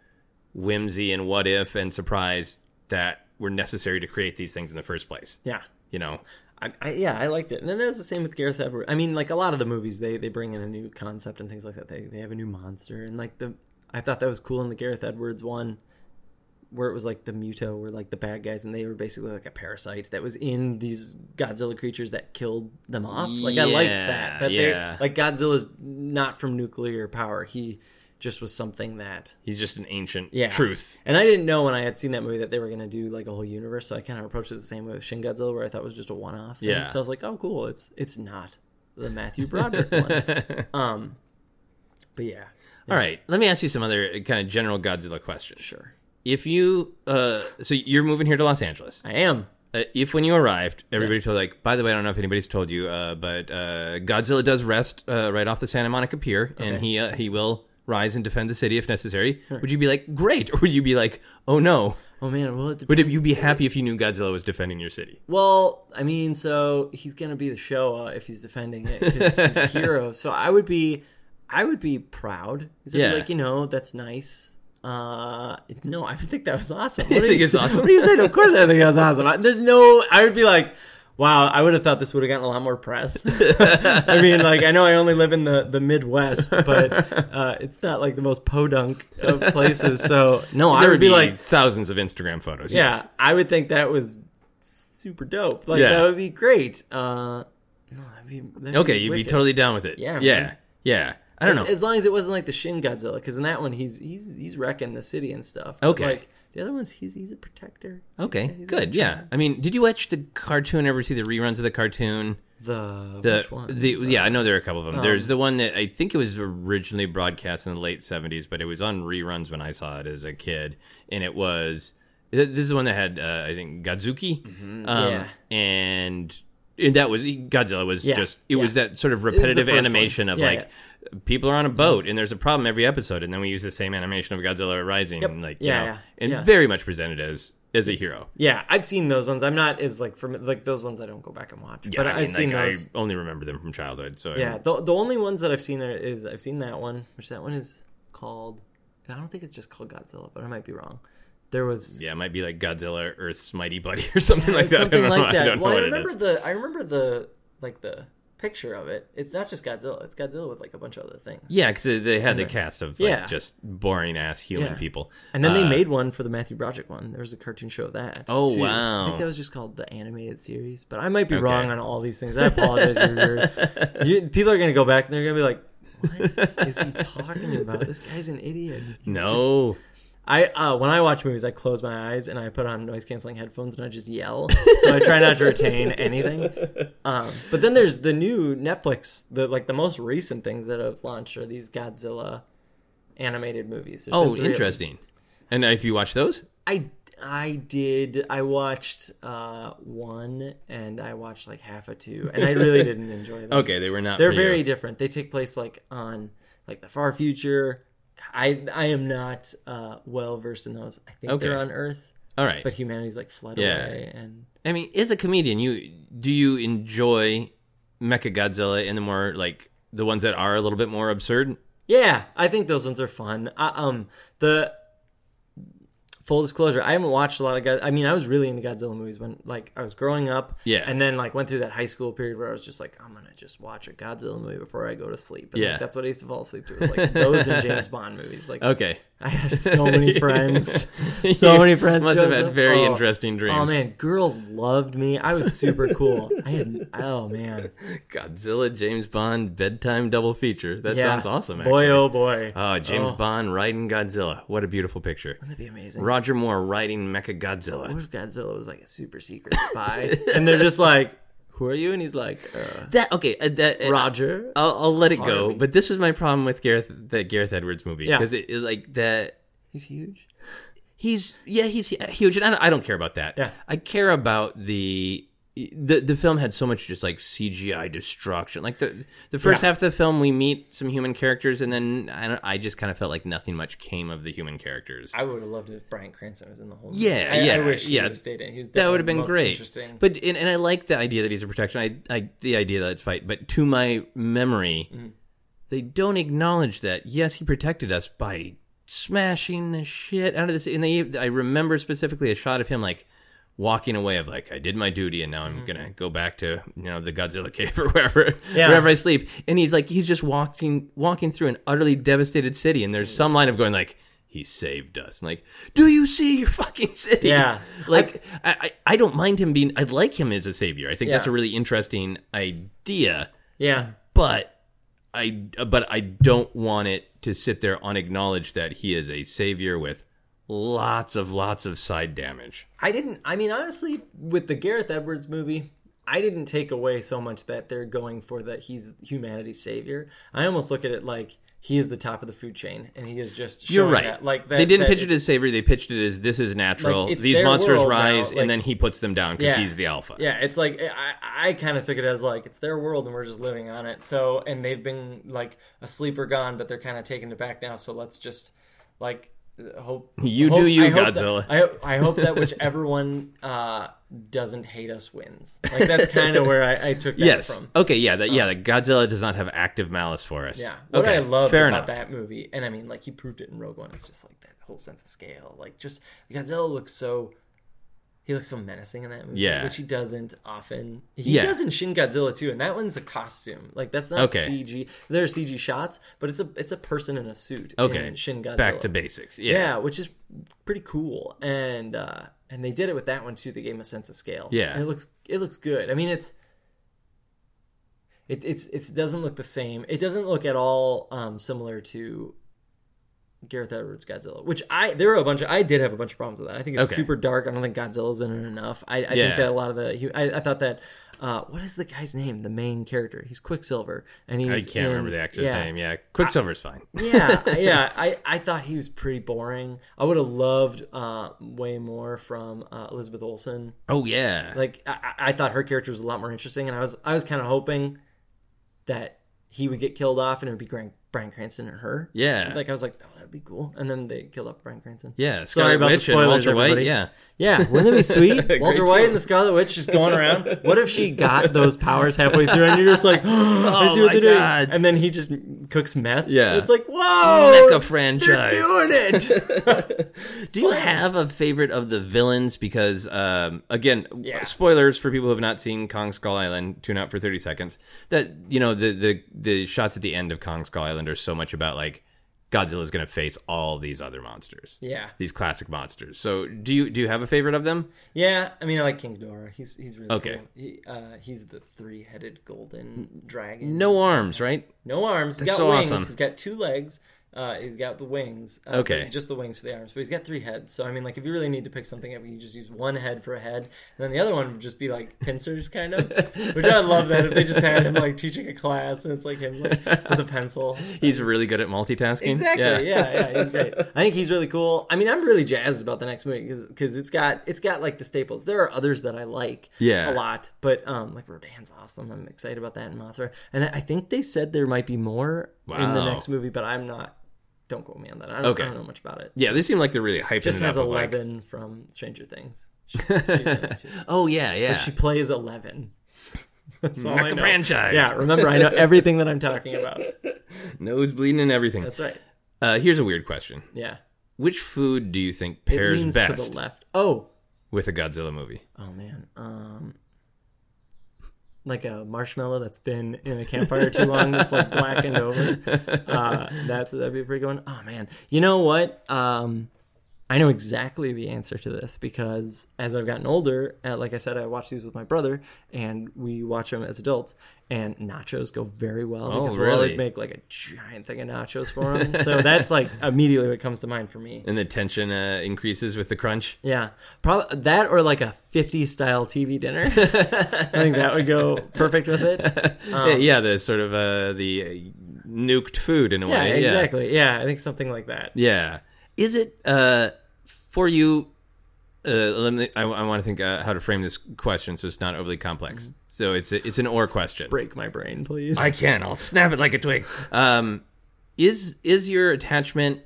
whimsy and what if and surprise that were necessary to create these things in the first place.
Yeah.
You know,
I, I, yeah, I liked it, and then that's the same with Gareth Edwards. I mean, like a lot of the movies, they they bring in a new concept and things like that. They they have a new monster, and like the I thought that was cool in the Gareth Edwards one, where it was like the Muto were like the bad guys, and they were basically like a parasite that was in these Godzilla creatures that killed them off. Like I liked
Yeah,
that. That
yeah.
they like Godzilla's not from nuclear power. He just was something that
He's just an ancient
yeah.
truth.
And I didn't know when I had seen that movie that they were going to do like a whole universe. So I kind of approached it the same way with Shin Godzilla, where I thought it was just a one-off. thing.
Yeah.
So I was like, oh, cool. It's it's not the Matthew Broderick one. Um, but yeah,
All right, let me ask you some other kind of general Godzilla questions.
sure.
If you, uh, so you're moving here to Los Angeles.
I am.
Uh, if when you arrived, everybody told like, by the way, I don't know if anybody's told you, uh, but uh, Godzilla does rest uh, right off the Santa Monica Pier, and
Okay.
he uh, he will rise and defend the city if necessary. Would you be like, great, or would you be like, oh no?
Oh man, well, it depends.
Would you be happy if you knew Godzilla was defending your city?
well, I mean, so he's going to be the Showa if he's defending it 'cause he's a hero. So I would be, I would be proud. He's gonna be
Yeah.
like you know that's nice. Uh, no, I would think that was awesome.
You
What do
think it's awesome?
What do you say? Of course, I think that was awesome. I, there's no, I would be like. Wow, I would have thought this would have gotten a lot more press. I mean, like I know I only live in the, the Midwest, but uh, it's not like the most podunk of places. So no, I
there
would be like,
thousands of Instagram photos.
yeah,
yes.
I would think that was super dope. Like
Yeah.
that would be great. Uh, no, that'd be, that'd be
Okay, you'd be
wicked.
totally down with it.
Yeah,
Yeah.
man.
Yeah. I don't know.
As long as it wasn't like the Shin Godzilla, because in that one he's he's he's wrecking the city and stuff. But,
Okay.
Like, the other ones, he's he's a protector.
Okay,
he's
good.
like
Yeah, I mean, did you watch the cartoon? Ever see the reruns of the cartoon?
The,
The,
which one? Um,
the yeah, I know there are a couple of them. There's the one that I think it was originally broadcast in the late '70s, but it was on reruns when I saw it as a kid, and it was th- this is the one that had uh, I think Godzuki, um,
Mm-hmm. yeah.
and. And that was Godzilla was
Yeah,
just it was
yeah.
that sort of
the
repetitive
first one.
animation of
Yeah, Mm-hmm.
like people are on a boat and there's a problem every episode and then we use the same animation of Godzilla rising and like you
Yeah,
know,
yeah,
and
yeah.
very much presented as as a hero.
yeah, I've seen those ones. I'm not as like from like those ones. I don't go back and watch,
Yeah,
but
I
I've
mean,
seen
like,
those.
I only remember them from childhood. So
Yeah, the the only ones that I've seen are, is I've seen that one, which that one is called. I don't think it's just called Godzilla, but I might be wrong. There was
yeah, it might be like Godzilla, Earth's Mighty Buddy, or something like that. I
something
don't know.
like that.
I don't
well,
know
I
what
remember
it is.
the I remember the like the picture of it. It's not just Godzilla. It's Godzilla with like a bunch of other things.
Yeah, because they had the cast of like,
Yeah.
just boring ass human
Yeah.
people.
And then they
Uh,
made one for the Matthew Broderick one. There was a cartoon show of that.
Oh,
I
wow.
think that was just called the animated series. But I might be wrong on all these things. I apologize. Ruger. you, people are gonna go back and they're gonna be like, "What is he talking about? This guy's an idiot." He's just-
no. Oh,
I uh, when I watch movies, I close my eyes and I put on noise canceling headphones and I just yell. so I try not to retain anything. Um, but then there's the new Netflix. The like the most recent things that have launched are these Godzilla animated movies. There's been
oh,
three of them.
interesting. And if you watch those,
I I did. I watched uh, one and I watched like half of two, and I really didn't enjoy them.
okay, they were not.
They're
for you.
very different. They take place like on like the far future. I I am not uh, well versed in those. I think
Okay.
they're on Earth,
all right.
but humanity's like fled
Yeah.
away. And
I mean, as a comedian, you do you enjoy Mecha Godzilla and the more like the ones that are a little bit more absurd?
yeah, I think those ones are fun. I, um, the full disclosure, I haven't watched a lot of God. I mean, I was really into Godzilla movies when like I was growing up.
Yeah.
and then like went through that high school period where I was just like, I'm gonna just watch a Godzilla movie before I go to sleep. And, like,
Yeah.
that's what I used to fall asleep to. Was, like those and James Bond movies. Like
Okay,
I had so many friends. So many friends.
must have
Joseph.
had very
Oh.
interesting dreams.
Oh man, girls loved me. I was super cool. I had oh man,
Godzilla, James Bond, bedtime double feature. That
yeah,
sounds awesome. Actually.
Boy, oh boy,
Oh, James
Oh.
Bond riding Godzilla. What a beautiful picture.
that'd be amazing.
Roger Moore riding Mecha Godzilla.
What if Godzilla was like a super secret spy, and they're just like, "Who are you?" And he's like, uh,
That okay, uh, that and
"Roger."
I'll, I'll let it go.
Harvey.
But this was my problem with Gareth, the Gareth Edwards movie,
Yeah.
because it, it, like that
He's huge.
he's yeah he's huge, and I don't, I don't care about that.
Yeah.
I care about the. The, the film had so much just like CGI destruction. Like the the first
Yeah.
half of the film, we meet some human characters, and then I, don't, I just kind of felt like nothing much came of the human characters.
I would have loved it if Brian Cranston was in the whole.
Yeah,
movie. I,
yeah,
I wish he
yeah.
would have stayed in. He was
that would have
definitely the
been
most
great.
Interesting.
But and, and I like the idea that he's a protection. I, I the idea that it's fight. But to my memory,
Mm-hmm.
they don't acknowledge that. Yes, he protected us by smashing the shit out of this. And they, I remember specifically a shot of him like walking away of like I did my duty and now
Mm-hmm.
I'm gonna go back to you know the Godzilla cave or wherever
Yeah.
wherever I sleep. And he's like he's just walking walking through an utterly devastated city. And
Mm.
there's some line of going like. He saved us. And like, do you see your fucking city?
Yeah.
Like, I, I, I don't mind him being, I like him as a savior. I think that's
Yeah.
a really interesting idea,
yeah,
but I but I don't want it to sit there unacknowledged that he is a savior with lots of lots of side damage.
I didn't. I mean, honestly, with the Gareth Edwards movie, I didn't take away so much that they're going for that he's humanity's savior. I almost look at it like he is the top of the food chain, and he is just.
You're
showing
right.
that, like that,
they didn't
that
pitch it
it's-
as savior. They pitched it as this is natural.
Like, it's
These
their
monsters
world now,
rise,
like-
and then he puts them down because
Yeah.
he's the alpha.
Yeah, it's like I, I kind of took it as like it's their world and we're just living on it. So and they've been like asleep or gone, but they're kind of taking it back now. So let's just like uh, hope
You
hope-
do you,
I hope that-
Godzilla.
I hope- I hope that whichever one uh, doesn't hate us wins. Like that's kind of where I, I took that
Yes.
from. uh,
Okay. Yeah. That. Yeah. That Godzilla does not have active malice for us.
Yeah, what
okay.
I loved
Fair
about
enough.
that movie, and I mean, like he proved it in Rogue One. It's just like that whole sense of scale. Like, just Godzilla looks so he looks so menacing in that movie,
Yeah.
which he doesn't often. He
Yeah.
does in Shin Godzilla too, and that one's a costume. Like that's not
Okay.
CG. There are CG shots, but it's a it's a person in a suit.
Okay.
in Shin Godzilla.
Back to basics. Yeah.
yeah. which is pretty cool, and uh and they did it with that one too. They gave him a sense of scale.
Yeah.
and it looks it looks good. I mean, it's it it's it's doesn't look the same. It doesn't look at all um, similar to Gareth Edwards Godzilla, which I there were a bunch of I did have a bunch of problems with that. I think it's
Okay.
super dark. I don't think Godzilla's in it enough. I, I
Yeah.
think that a lot of the hu- I, I thought that uh, what is the guy's name? The main character. He's Quicksilver, and he's
I can't
in-
remember the actor's
yeah.
name. Yeah. Quicksilver's fine.
yeah, yeah. I, I thought he was pretty boring. I would have loved uh, way more from uh, Elizabeth Olsen.
Oh yeah.
Like I, I I thought her character was a lot more interesting, and I was I was kind of hoping that he would get killed off, and it would be Brian, Brian Cranston and her.
yeah.
Like I was like, oh, that'd be cool. And then they killed off Brian Cranston.
yeah. Scarlet
Sorry about the
Witch and
spoilers,
Walter White.
everybody.
Yeah.
Yeah, wouldn't it be sweet? Walter
Great
White
too.
and the Scarlet Witch just going around. What if she got those powers halfway through and you're just like, I see
Oh my
what they're doing.
God.
And then he just cooks meth.
Yeah.
It's like, whoa!
Mecha franchise.
They're doing it!
Do you have a favorite of the villains? Because um, again, w-
Yeah.
spoilers for people who have not seen Kong Skull Island. Tune out for thirty seconds. That you know the the the shots at the end of Kong Skull Island are so much about like Godzilla's going to face all these other monsters.
yeah.
These classic monsters. So, do you do you have a favorite of them?
Yeah, I mean, I like King Ghidorah. He's, he's really
Okay.
cool. He, uh, he's the three headed golden dragon.
No arms, right?
No arms. He's
That's
got
so
wings.
awesome.
He's got two legs. Uh, he's got the wings. Uh,
Okay.
Just the wings for the arms. But he's got three heads. So, I mean, like, if you really need to pick something up, you can just use one head for a head. And then the other one would just be, like, pincers, kind of. Which I love that if they just had him, like, teaching a class and it's, like, him like, with a pencil.
He's really good at multitasking.
Exactly. Yeah. yeah, he's great. I think he's really cool. I mean, I'm really jazzed about the next movie because it's got it's got like the staples. There are others that I like
Yeah.
a lot, but um, like Rodan's awesome. I'm excited about that in Mothra, and I I think they said there might be more in the
Wow.
next movie, but I'm not. Don't quote me on that. I don't,
Okay.
I don't know much about it.
Yeah, they seem like they're really hyping
Just
it
has
up. of, like-
Eleven from Stranger Things. She's- she's in it, too.
oh yeah, yeah.
She plays Eleven. That's all
Not the franchise.
Yeah, remember I know everything that I'm talking about.
Nose bleeding and everything.
That's right.
Uh, here's a weird question:
Yeah.
Which food do you think
It
pairs
leans
best
to the left. Oh,
with a Godzilla movie?
Oh man, um, like a marshmallow that's been in a campfire too long that's like blackened over. Uh, that that'd be a pretty good one. Oh man, you know what? Um, I know exactly the answer to this because as I've gotten older, uh, like I said, I watch these with my brother, and we watch them as adults. And nachos go very well
Oh,
because we always
really?
make like a giant thing of nachos for them. so that's like immediately what comes to mind for me.
And the tension uh, increases with the crunch.
Yeah, probably that or like a 50s style TV dinner. I think that would go perfect with it. Um,
Yeah, yeah, the sort of uh, the uh, nuked food in a
Yeah,
way.
exactly. Yeah, I think something like that.
Yeah. Is it uh, for you? Uh, let me, I, I want to think uh, how to frame this question so it's not overly complex.
Mm-hmm.
So it's a, it's an or question.
Break my brain, please.
I can. I'll snap it like a twig. Um, is is your attachment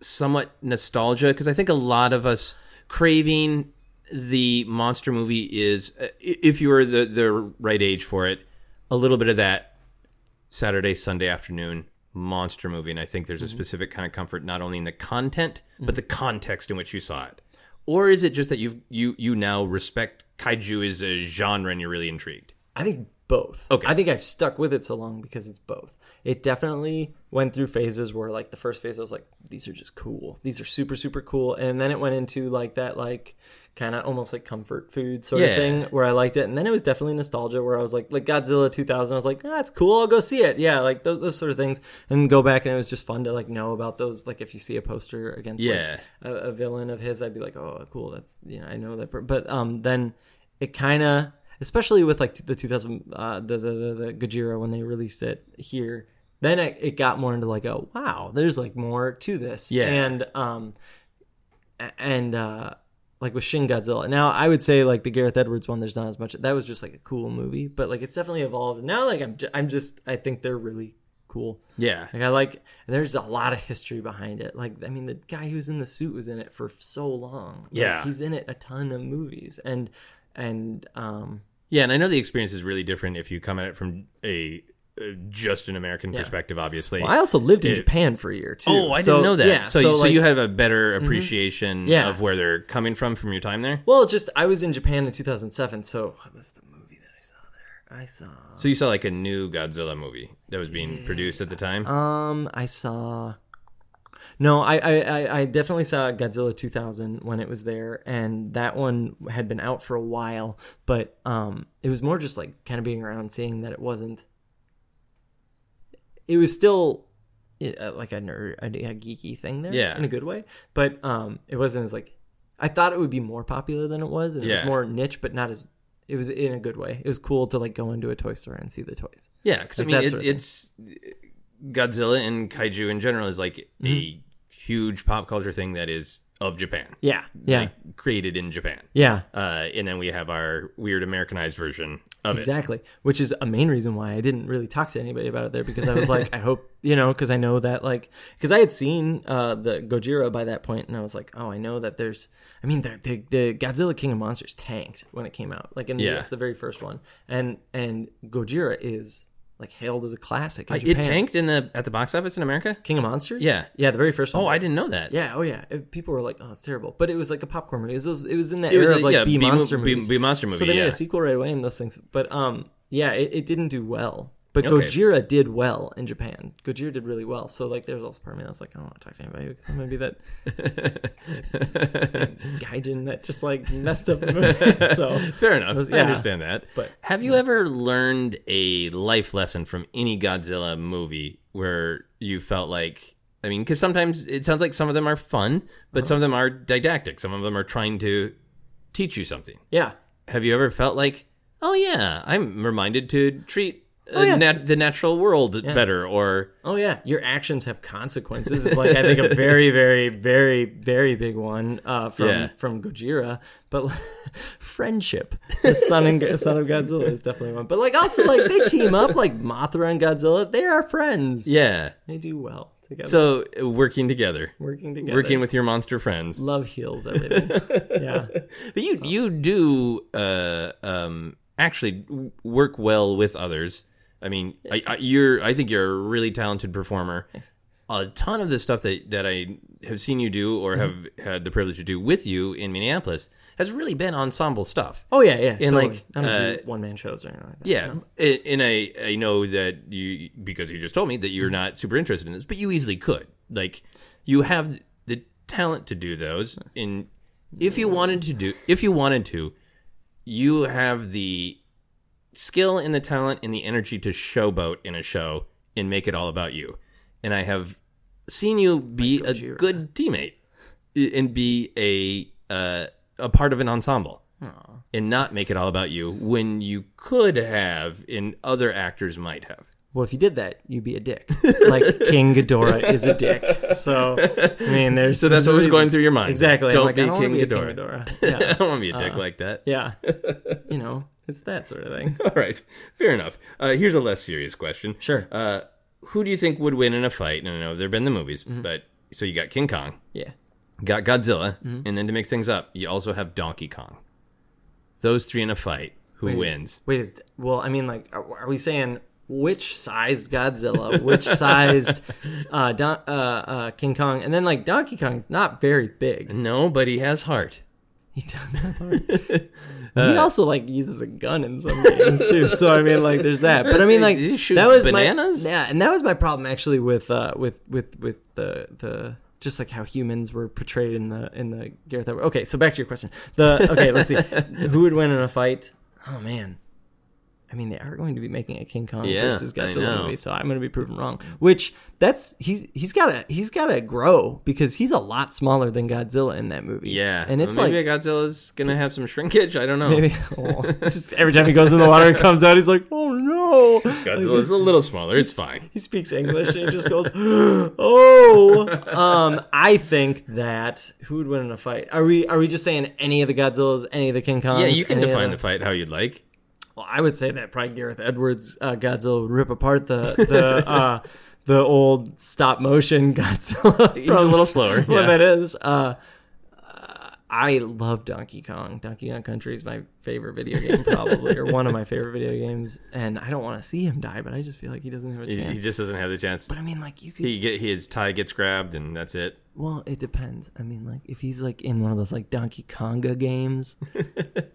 somewhat nostalgia? Because I think a lot of us craving the monster movie is, uh, i- if you were the the right age for it, a little bit of that Saturday Sunday afternoon monster movie. And I think there's a specific kind of comfort not only in the content but the context in which you saw it. Or is it just that you you you now respect kaiju as a genre and you're really intrigued?
I think both.
Okay.
I think I've stuck with it so long because it's both. It definitely went through phases where like the first phase I was like, these are just cool. These are super, super cool. And then it went into like that like kind of almost like comfort food sort
Yeah.
of thing where I liked it. And then it was definitely nostalgia where I was like like Godzilla two thousand, I was like, "Ah, that's cool, I'll go see it. Yeah, like those, those sort of things. And go back and it was just fun to like know about those. Like if you see a poster against like,
Yeah.
a, a villain of his, I'd be like, oh, cool. That's you know, I know that. per- But um, then it kind of, especially with like the 2000, uh, the the the, the Gojira when they released it here, then it, it got more into like, oh wow, there's like more to this.
Yeah.
and um, a- and uh. Like with Shin Godzilla. Now I would say like the Gareth Edwards one. There's not as much. That was just like a cool movie, but like it's definitely evolved. Now like I'm ju- I'm just I think they're really cool.
Yeah.
Like I like there's a lot of history behind it. Like I mean the guy who's in the suit was in it for so long. Like,
Yeah.
he's in it a ton of movies and and um
Yeah, and I know the experience is really different if you come at it from a uh, just an American perspective, obviously.
I also lived in
It-
Japan for a year too.
Oh, I
So,
didn't know that.
Yeah,
so, so,
like- mm-hmm.
you have a better appreciation
Yeah.
of where they're coming from from your time there.
well, just I was in Japan in 2007. So what was the movie that I saw there? I saw
So you saw like a new Godzilla movie that was being produced at the time.
um I saw no, I, I, I- I definitely saw Godzilla 2000 when it was there, and that one had been out for a while, but um, it was more just like kind of being around, seeing that it wasn't. It was still uh, like a nerd, a, a geeky thing there,
Yeah.
in a good way, but um, it wasn't as like I thought it would be more popular than it was, and it
Yeah.
was more niche, but not as it was in a good way. It was cool to like go into a toy store and see the toys.
yeah, because
like
I
that
mean,
sort
it,
of thing.
it's Godzilla and kaiju in general is like
Mm-hmm.
a huge pop culture thing that is of Japan,
Yeah, yeah,
like, created in Japan.
yeah.
Uh, and then we have our weird Americanized version of it.
Exactly, which is a main reason why I didn't really talk to anybody about it there because I was like, I hope you know, because I know that like, because I had seen uh, the Gojira by that point, and I was like, oh, I know that there's, I mean, the, the, the Godzilla King of Monsters tanked when it came out, like in the
Yeah.
US, the very first one, and and Gojira is like hailed as a classic. In
It
Japan.
tanked in the at the box office in America.
King of Monsters.
Yeah.
yeah, the very first one.
Oh, I didn't know that.
Yeah, oh yeah. If people were like, "Oh, it's terrible," but it was like a popcorn movie. It was, it was in that
It was
era
a-
of like
yeah,
B,
B-mo-
monster
B-
movies.
B monster
So
movie,
they made
yeah.
a sequel right away and those things. But um, yeah, it, it didn't do well. But
Okay.
Gojira did well in Japan. Gojira did really well. So like, there was also part of me that was like, I don't want to talk to anybody because I'm gonna be that gaijin that just like messed up the movie. so
Fair enough. I
yeah.
understand that. But
But-
have you ever learned a life lesson from any Godzilla movie where you felt like I mean, because sometimes it sounds like some of them are fun, but some of them are didactic. Some of them are trying to teach you something.
yeah,
Have you ever felt like, oh yeah, I'm reminded to treat uh,
Oh, yeah.
nat- the natural world better, or
Oh yeah, your actions have consequences. It's like I think a very, very, very, very big one uh, from
Yeah.
from Gojira, but friendship, the son and son of Godzilla is definitely one. But like also like they team up, like Mothra and Godzilla, they are friends.
yeah,
they do well together.
so uh, working together,
working together,
working with your monster friends.
love heals everything. yeah,
But you you do uh, um, actually w- work well with others. I mean, I, I, you're I think you're a really talented performer. A ton of the stuff that, that I have seen you do or have had the privilege to do with you in Minneapolis has really been ensemble stuff.
oh yeah, yeah.
And,
totally.
like,
I don't
uh,
do one man shows or anything like that.
Yeah, A- and I I know that you because you just told me that you're not super interested in this, but you easily could. Like you have the talent to do those, and if you wanted to do, if you wanted to, you have the skill and the talent and the energy to showboat in a show and make it all about you. And I have seen you be a
Gojira.
good teammate i- and be a uh, a part of an ensemble and not make it all about you when you could have and other actors might have.
Well, if you did that, you'd be a dick. Like King Ghidorah is a dick. So I mean, there's
So that's what was going through your mind.
Exactly. I'm
Don't
like, I
be,
don't wanna
King
be a
Ghidorah.
Yeah.
I don't want to be a
Uh-huh.
dick like that.
Yeah. you know, it's that sort of thing.
All right. Fair enough. Uh, here's a less serious question.
Sure.
Uh, who do you think would win in a fight? And I know there have been the movies,
Mm-hmm.
but so you got King Kong,
Yeah.
got Godzilla,
Mm-hmm.
and then to make things up, you also have Donkey Kong. Those three in a fight, who wins?
Wait, is well, I mean, like, are, are we saying which sized Godzilla, which sized uh, Don,
Mm.
uh, uh, King Kong, and then like Donkey Kong's not very big.
No, but he has heart.
He does that part.
Uh,
he also like uses a gun in some games too. So I mean, like, there's that. But I mean, like,
You shoot
that was
bananas?
My, yeah, and that was my problem actually with uh, with with with the the just like how humans were portrayed in the in the Gareth. Edwards. Okay, so back to your question. The okay, let's see who would win in a fight. Oh man. I mean, they are going to be making a King Kong
Yeah,
versus
I
Godzilla
know.
movie, so I'm going to be proven wrong. Which that's he's he's got to he's got to grow because he's a lot smaller than Godzilla in that movie.
Yeah,
and it's
Well,
like
maybe Godzilla's gonna have some shrinkage. I don't know.
Maybe oh, just every time he goes in the water and comes out, he's like, "Oh no!" Like,
Godzilla's a little smaller. It's fine.
he speaks English and he just goes, "Oh." Um, I think that who would win in a fight? Are we are we just saying any of the Godzillas, any of the King Kongs?
Yeah, you can
any of
define the fight how you'd like.
Well, I would say that probably Gareth Edwards uh, Godzilla would rip apart the the uh, the old stop motion Godzilla.
He's a little slower.
what
yeah.
that is. Uh, uh, I love Donkey Kong. Donkey Kong Country is my favorite video game, probably, or one of my favorite video games. And I don't want to see him die, but I just feel like he doesn't have a
He,
chance.
he just doesn't have the chance.
but I mean, like you could.
He get his tie gets grabbed and that's it.
well, it depends. I mean, like if he's like in one of those like Donkey Konga games.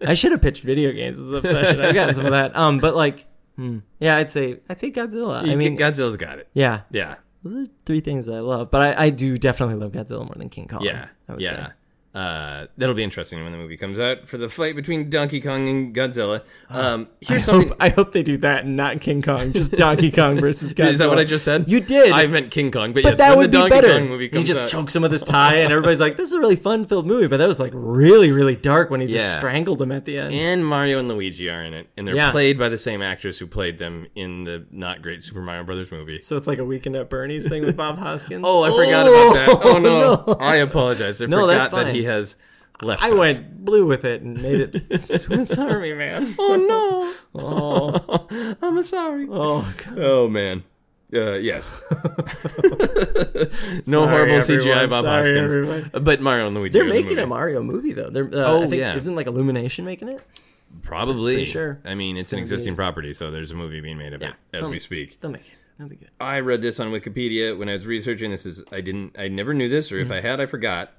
I should have pitched video games as an obsession. I've gotten some of that. Um, but like, hmm, yeah, I'd say I'd say Godzilla. I
You
mean,
get- Godzilla's got it.
yeah,
Yeah,
those are three things that I love. But I, I do definitely love Godzilla more than King Kong.
yeah,
I would
yeah.
say.
Uh, that'll be interesting when the movie comes out for the fight between Donkey Kong and Godzilla. Um, here's
Ah, I
something.
hope, I hope they do that and not King Kong, just Donkey Kong versus Godzilla.
Is that what I just said?
You did.
I meant King Kong, but,
but
yes,
that
when
would
the
be
Donkey
better.
Kong movie
he
comes
just
out,
chokes him with his tie, and everybody's like, "This is a really fun-filled movie." But that was like really, really dark when he just
Yeah.
strangled him at the end.
and Mario and Luigi are in it, and they're
Yeah.
played by the same actress who played them in the not great Super Mario Brothers movie.
so it's like a Weekend at Bernie's thing with Bob Hoskins.
Oh, I forgot about that. Oh no,
no.
I apologize. I
No, that's
forgot that he
fine.
has left.
I
us.
went blue with it and made it Swiss Army Man.
Oh no,
Oh,
I'm sorry.
oh, God.
Oh man. Uh, yes. no horrible CGI
everyone.
Bob
Sorry,
Hoskins,
everyone.
but Mario and Luigi.
they're
are in the
making
movie.
a Mario movie though. They're, uh, I
Oh,
think-
yeah.
isn't like Illumination making it?
Probably.
Pretty sure.
I mean, it's an existing property, so there's a movie being made of it
Yeah.
as
Oh.
we speak.
They'll make it. That'll be good.
I read this on Wikipedia when I was researching. This is I didn't I never knew this, or
Mhm.
if I had, I forgot.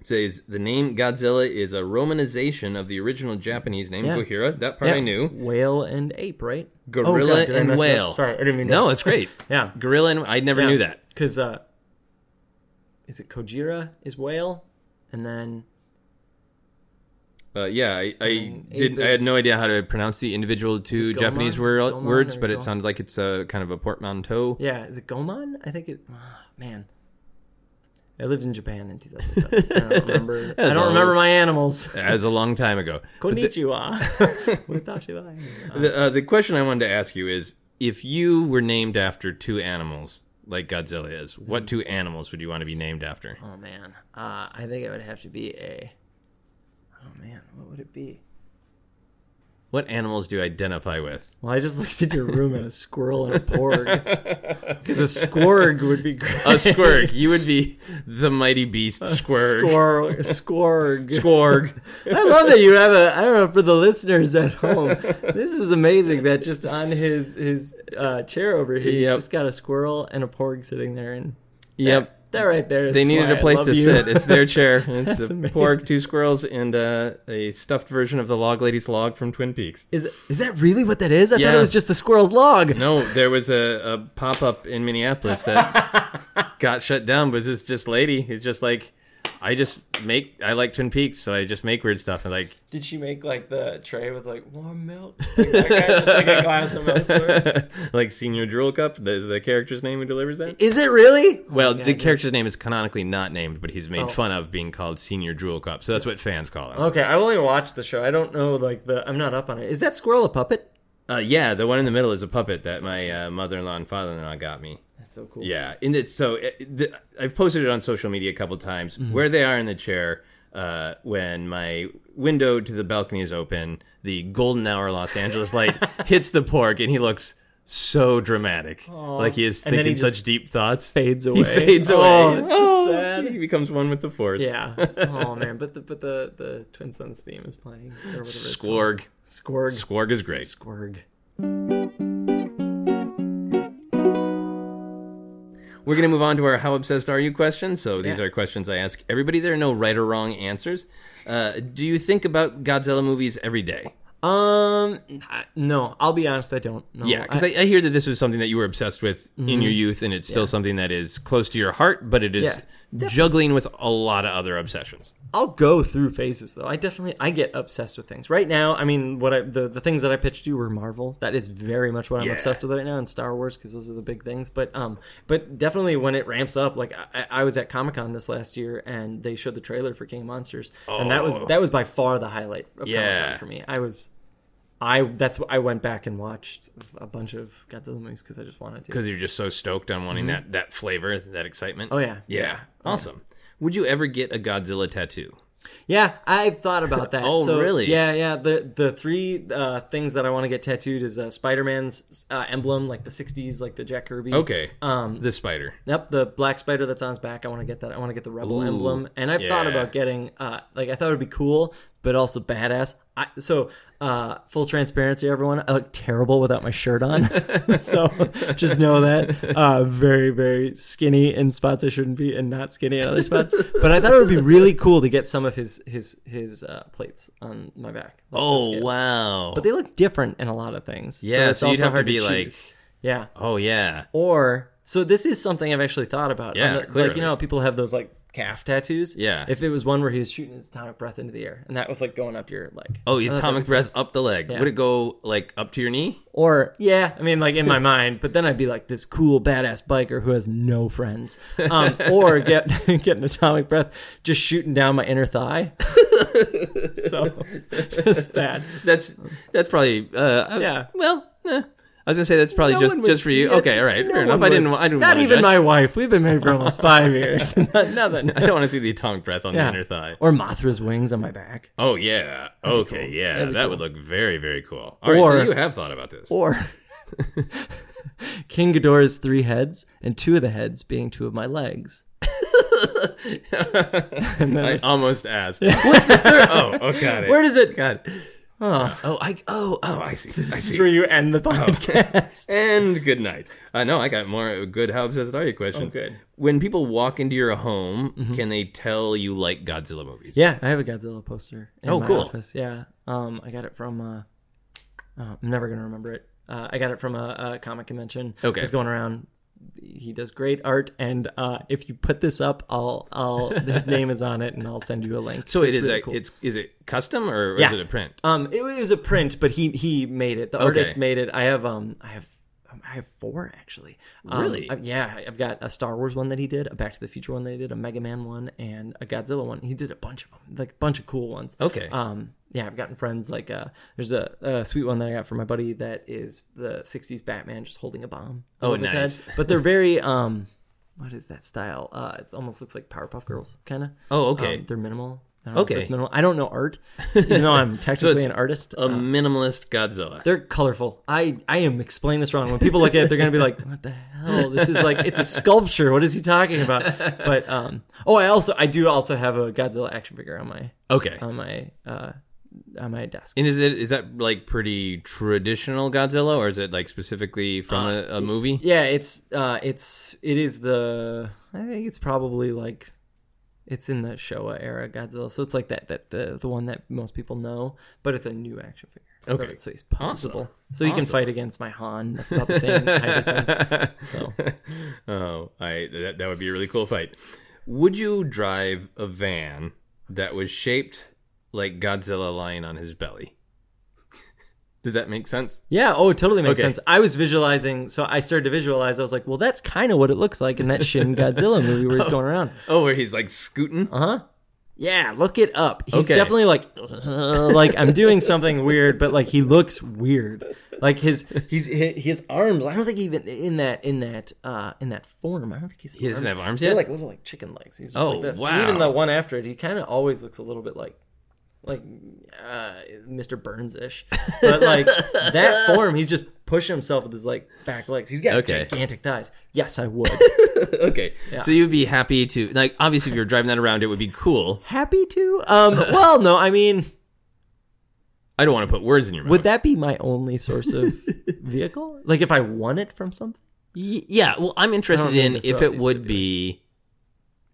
It says the name Godzilla is a romanization of the original Japanese name
Yeah.
Gohira. That part I knew.
Whale and ape, right? Oh,
Gorilla
did I
and
mess it up?
whale.
Sorry, I didn't mean.
No, it's great.
Yeah.
Gorilla and I never knew that.
because uh, is it Kojira is whale, and then
Uh, yeah, I, I
And
did. I
Apis-
had no idea how to pronounce the individual two
Goemon?
Japanese wor-
Goemon
words,
or
but
Go-
it sounds like it's a kind of a portmanteau.
yeah, is it Gomon? I think it. ah, man, I lived in Japan in 2007. I don't remember. I
As
don't
always.
remember my animals.
As a long time ago. But the-
Konnichiwa. Watashi wa-
The, uh, the question I wanted to ask you is if you were named after two animals like Godzilla is,
Mm.
what two animals would you want to be named after?
Oh man, uh, I think it would have to be a. Oh man, what would it be?
What animals do you identify with?
Well, I just looked at your room and a squirrel and a porg. Because a squirg would be great.
A squirg. you would be the mighty beast squirg.
Squirg. Squirg.
Squirg.
I love that you have a. I don't know for the listeners at home. This is amazing that just on his his uh, chair over here,
Yep.
he's just got a squirrel and a porg sitting there, and
Yep.
that right there.
They
is
needed
why
a
I
place
love
to
you.
sit. It's their chair. It's
That's
a
amazing.
pork, two squirrels, and uh, a stuffed version of the log lady's log from Twin Peaks.
Is is that really what that is? I thought
Yeah.
it was just the squirrel's log.
No, there was a, a pop up in Minneapolis that got shut down. Was this just lady? It's just like I just make I like Twin Peaks, so I just make weird stuff. And like
Did she make like the tray with like warm milk? Like, that guy, just like a glass of milk. for her?
like Senior Drool Cup is the character's name who delivers that.
Is it really?
Well,
God,
the
dude.
character's name is canonically not named, but he's made
Oh.
fun of being called Senior Drool Cup. So that's what fans call him.
Okay, I only watched the show. I don't know like the. I'm not up on it. Is that squirrel a puppet?
Uh, yeah, the one in the middle is a puppet that my uh, mother-in-law and father-in-law got me.
That's so cool.
Yeah, and it's so it, the, I've posted it on social media a couple times
Mm-hmm.
where they are in the chair uh, when my window to the balcony is open. The golden hour Los Angeles light hits the pork, and he looks so dramatic, like he is
And then
thinking
he
such
just
deep thoughts.
fades away.
He fades away.
Oh, that's
Oh,
just sad.
He becomes one with the force.
Yeah. Oh man, but the but the the Twin Sons theme is playing. Or whatever it's called.
Squorg.
Squirg.
Squorg is great.
Squirg.
We're going to move on to our How Obsessed Are You question. So these are questions I ask everybody. There are no right or wrong answers. Uh, do you think about Godzilla movies every day?
Um, I- no, I'll be honest, I don't. No,
Yeah, because
Oh, I- Mm-hmm.
I, I, hear that this was something that you were obsessed with in your youth, and it's still something that is close to your heart, but it is
Yeah.
juggling with a lot of other obsessions.
I'll go through phases though. I definitely I get obsessed with things. Right now, I mean, what I the, the things that I pitched you were Marvel. That is very much what I'm
Yeah.
obsessed with right now, and Star Wars because those are the big things. But um, but definitely when it ramps up, like I, I was at Comic Con this last year, and they showed the trailer for King of Monsters, and that was
Oh.
that was by far the highlight of Comic
Yeah.
Con for me. I was. I that's what I went back and watched a bunch of Godzilla movies because I just wanted to.
Because you're just so stoked on wanting that, that flavor, that excitement.
Mm-hmm. Oh, yeah.
Yeah.
Yeah.
Awesome. Would you ever get a Godzilla tattoo?
Yeah, I've thought about that.
Oh,
So,
really?
Yeah, yeah. The the three uh, things that I want to get tattooed is uh, Spider Man's uh, emblem, like the '60s, like the Jack Kirby.
Okay.
Um.
the spider.
Yep, the black spider that's on his back. I want to get that. I want to get the rebel
Ooh,
emblem, and I've thought
yeah.
about getting, uh, like, I thought it'd be cool, but also badass. I, so, uh, full transparency, everyone, I look terrible without my shirt on. so, just know that uh, very, very skinny in spots I shouldn't be, and not skinny in other spots. but I thought it would be really cool to get some of his his his uh, plates on my back. Like the
Oh,
scale.
wow.
But they look different in a lot of things.
Yeah,
it's
so you'd
also
have to
hard
be, like-
choose. yeah
oh, yeah.
or so this is something I've actually thought about.
Yeah,
On the- like
clearly.
you know, how people have those like calf tattoos.
Yeah.
If it was one where he was shooting his atomic breath into the air, and that was like going up your leg.
Oh, atomic breath up the leg. Would it go like up to your knee?
Or yeah, I mean like in my mind, but then I'd be like this cool badass biker who has no friends. Um, or get get an atomic breath just shooting down my inner thigh. so just that.
That's that's probably uh, I-
Yeah.
Well, eh. I was gonna say that's probably
No
just
one would
just for you.
see it.
Okay, all right,
No
fair enough.
one
I didn't.
would.
I didn't.
Not
wanna
even
judge.
my wife. We've been married for almost five years. Not, nothing.
I don't want to see the atomic breath on
Yeah.
the inner thigh.
Or Mothra's wings on my back.
Oh yeah. Okay. Yeah.
That'd be
that would
cool.
look very very cool. All right. So
Or-
you have thought about this.
Or King Ghidorah's three heads, and two of the heads being two of my legs.
I almost asked. What's the third? Oh, oh, got it.
Where does it
God. Oh, I. Oh, oh, I see. I
This is
see.
where you end the
Oh.
podcast?
and good night. I know I got more good how obsessed are you questions.
Oh, good. Mm-hmm.
When people walk into your home, can they tell you like Godzilla movies?
Yeah, I have a Godzilla poster. In
Oh,
my
cool.
Office. Yeah, um, I got it from. Uh, oh, I'm never gonna remember it. Uh, I got it from a, a comic convention.
Okay.
I was going around. He does great art, and uh, if you put this up, I'll, I'll his name is on it, and I'll send you a link.
So it is
really
like it's is it custom or is
Yeah.
it a print?
Um, it was a print, but he he made it. The artist made it. I have um, I have. um, I have four actually. Um,
Really?
I- yeah, I've got a Star Wars one that he did, a Back to the Future one that he did, a Mega Man one, and a Godzilla one. He did a bunch of them, like a bunch of cool ones.
Okay.
Um, yeah, I've gotten friends like uh, there's a, a sweet one that I got from my buddy that is the '60s Batman just holding a bomb.
Oh,
above his head.
nice.
But they're very um, what is that style? Uh, it almost looks like Powerpuff Girls kind of.
Oh, okay.
they're minimal. I don't know if
Okay.
that's minimal. I don't know art, even though I'm technically
it's um,
an artist. Uh,
a minimalist Godzilla.
They're colorful. I I am explaining this wrong. When people look at it, they're gonna be like, "What the hell? This is like it's a sculpture. What is he talking about?" But um, oh, I also I do also have a Godzilla action figure on my
Okay.
on my uh on my desk.
and is it is that like pretty traditional Godzilla or is it like specifically
uh,
from a, a movie?
Yeah, it's uh it's it is the I think it's probably like it's in the Showa era Godzilla, so it's like that that the the one that most people know, but it's a new action figure.
Okay.
But- so he's possible.
Awesome.
So you can
Awesome.
fight against my Han. That's about the same height as him. So.
oh, I that, that would be a really cool fight. Would you drive a van that was shaped like Godzilla lying on his belly? Does that make sense?
Yeah, oh, it totally makes
Okay.
sense. I was visualizing, so I started to visualize. I was like, well, that's kind of what it looks like in that Shin Godzilla movie where he's going around.
Oh, where he's like scooting?
Uh huh. Yeah, look it up. He's
Okay.
definitely like, "Uh," like I'm doing something weird, but like he looks weird. Like his he's hi- his arms. I don't think even in that in that uh in that form. I don't think he's
He doesn't have arms
They're
yet?
like little like chicken legs. He's just
Oh,
like this. And
wow.
even the one after it, he kind of always looks a little bit like like uh, Mr. Burns ish. But like that form, he's just pushing himself with his like back legs. He's got
Okay.
gigantic thighs. Yes, I would.
okay. So you'd be happy to like obviously if you're driving that around it would be cool.
Happy to? Um well no, I mean
I don't want to put words in your mouth.
would that be my only source of vehicle? Like if I won it from something?
Y- yeah, well, I'm interested
mean
in
to
if
throw out
it
these
would be.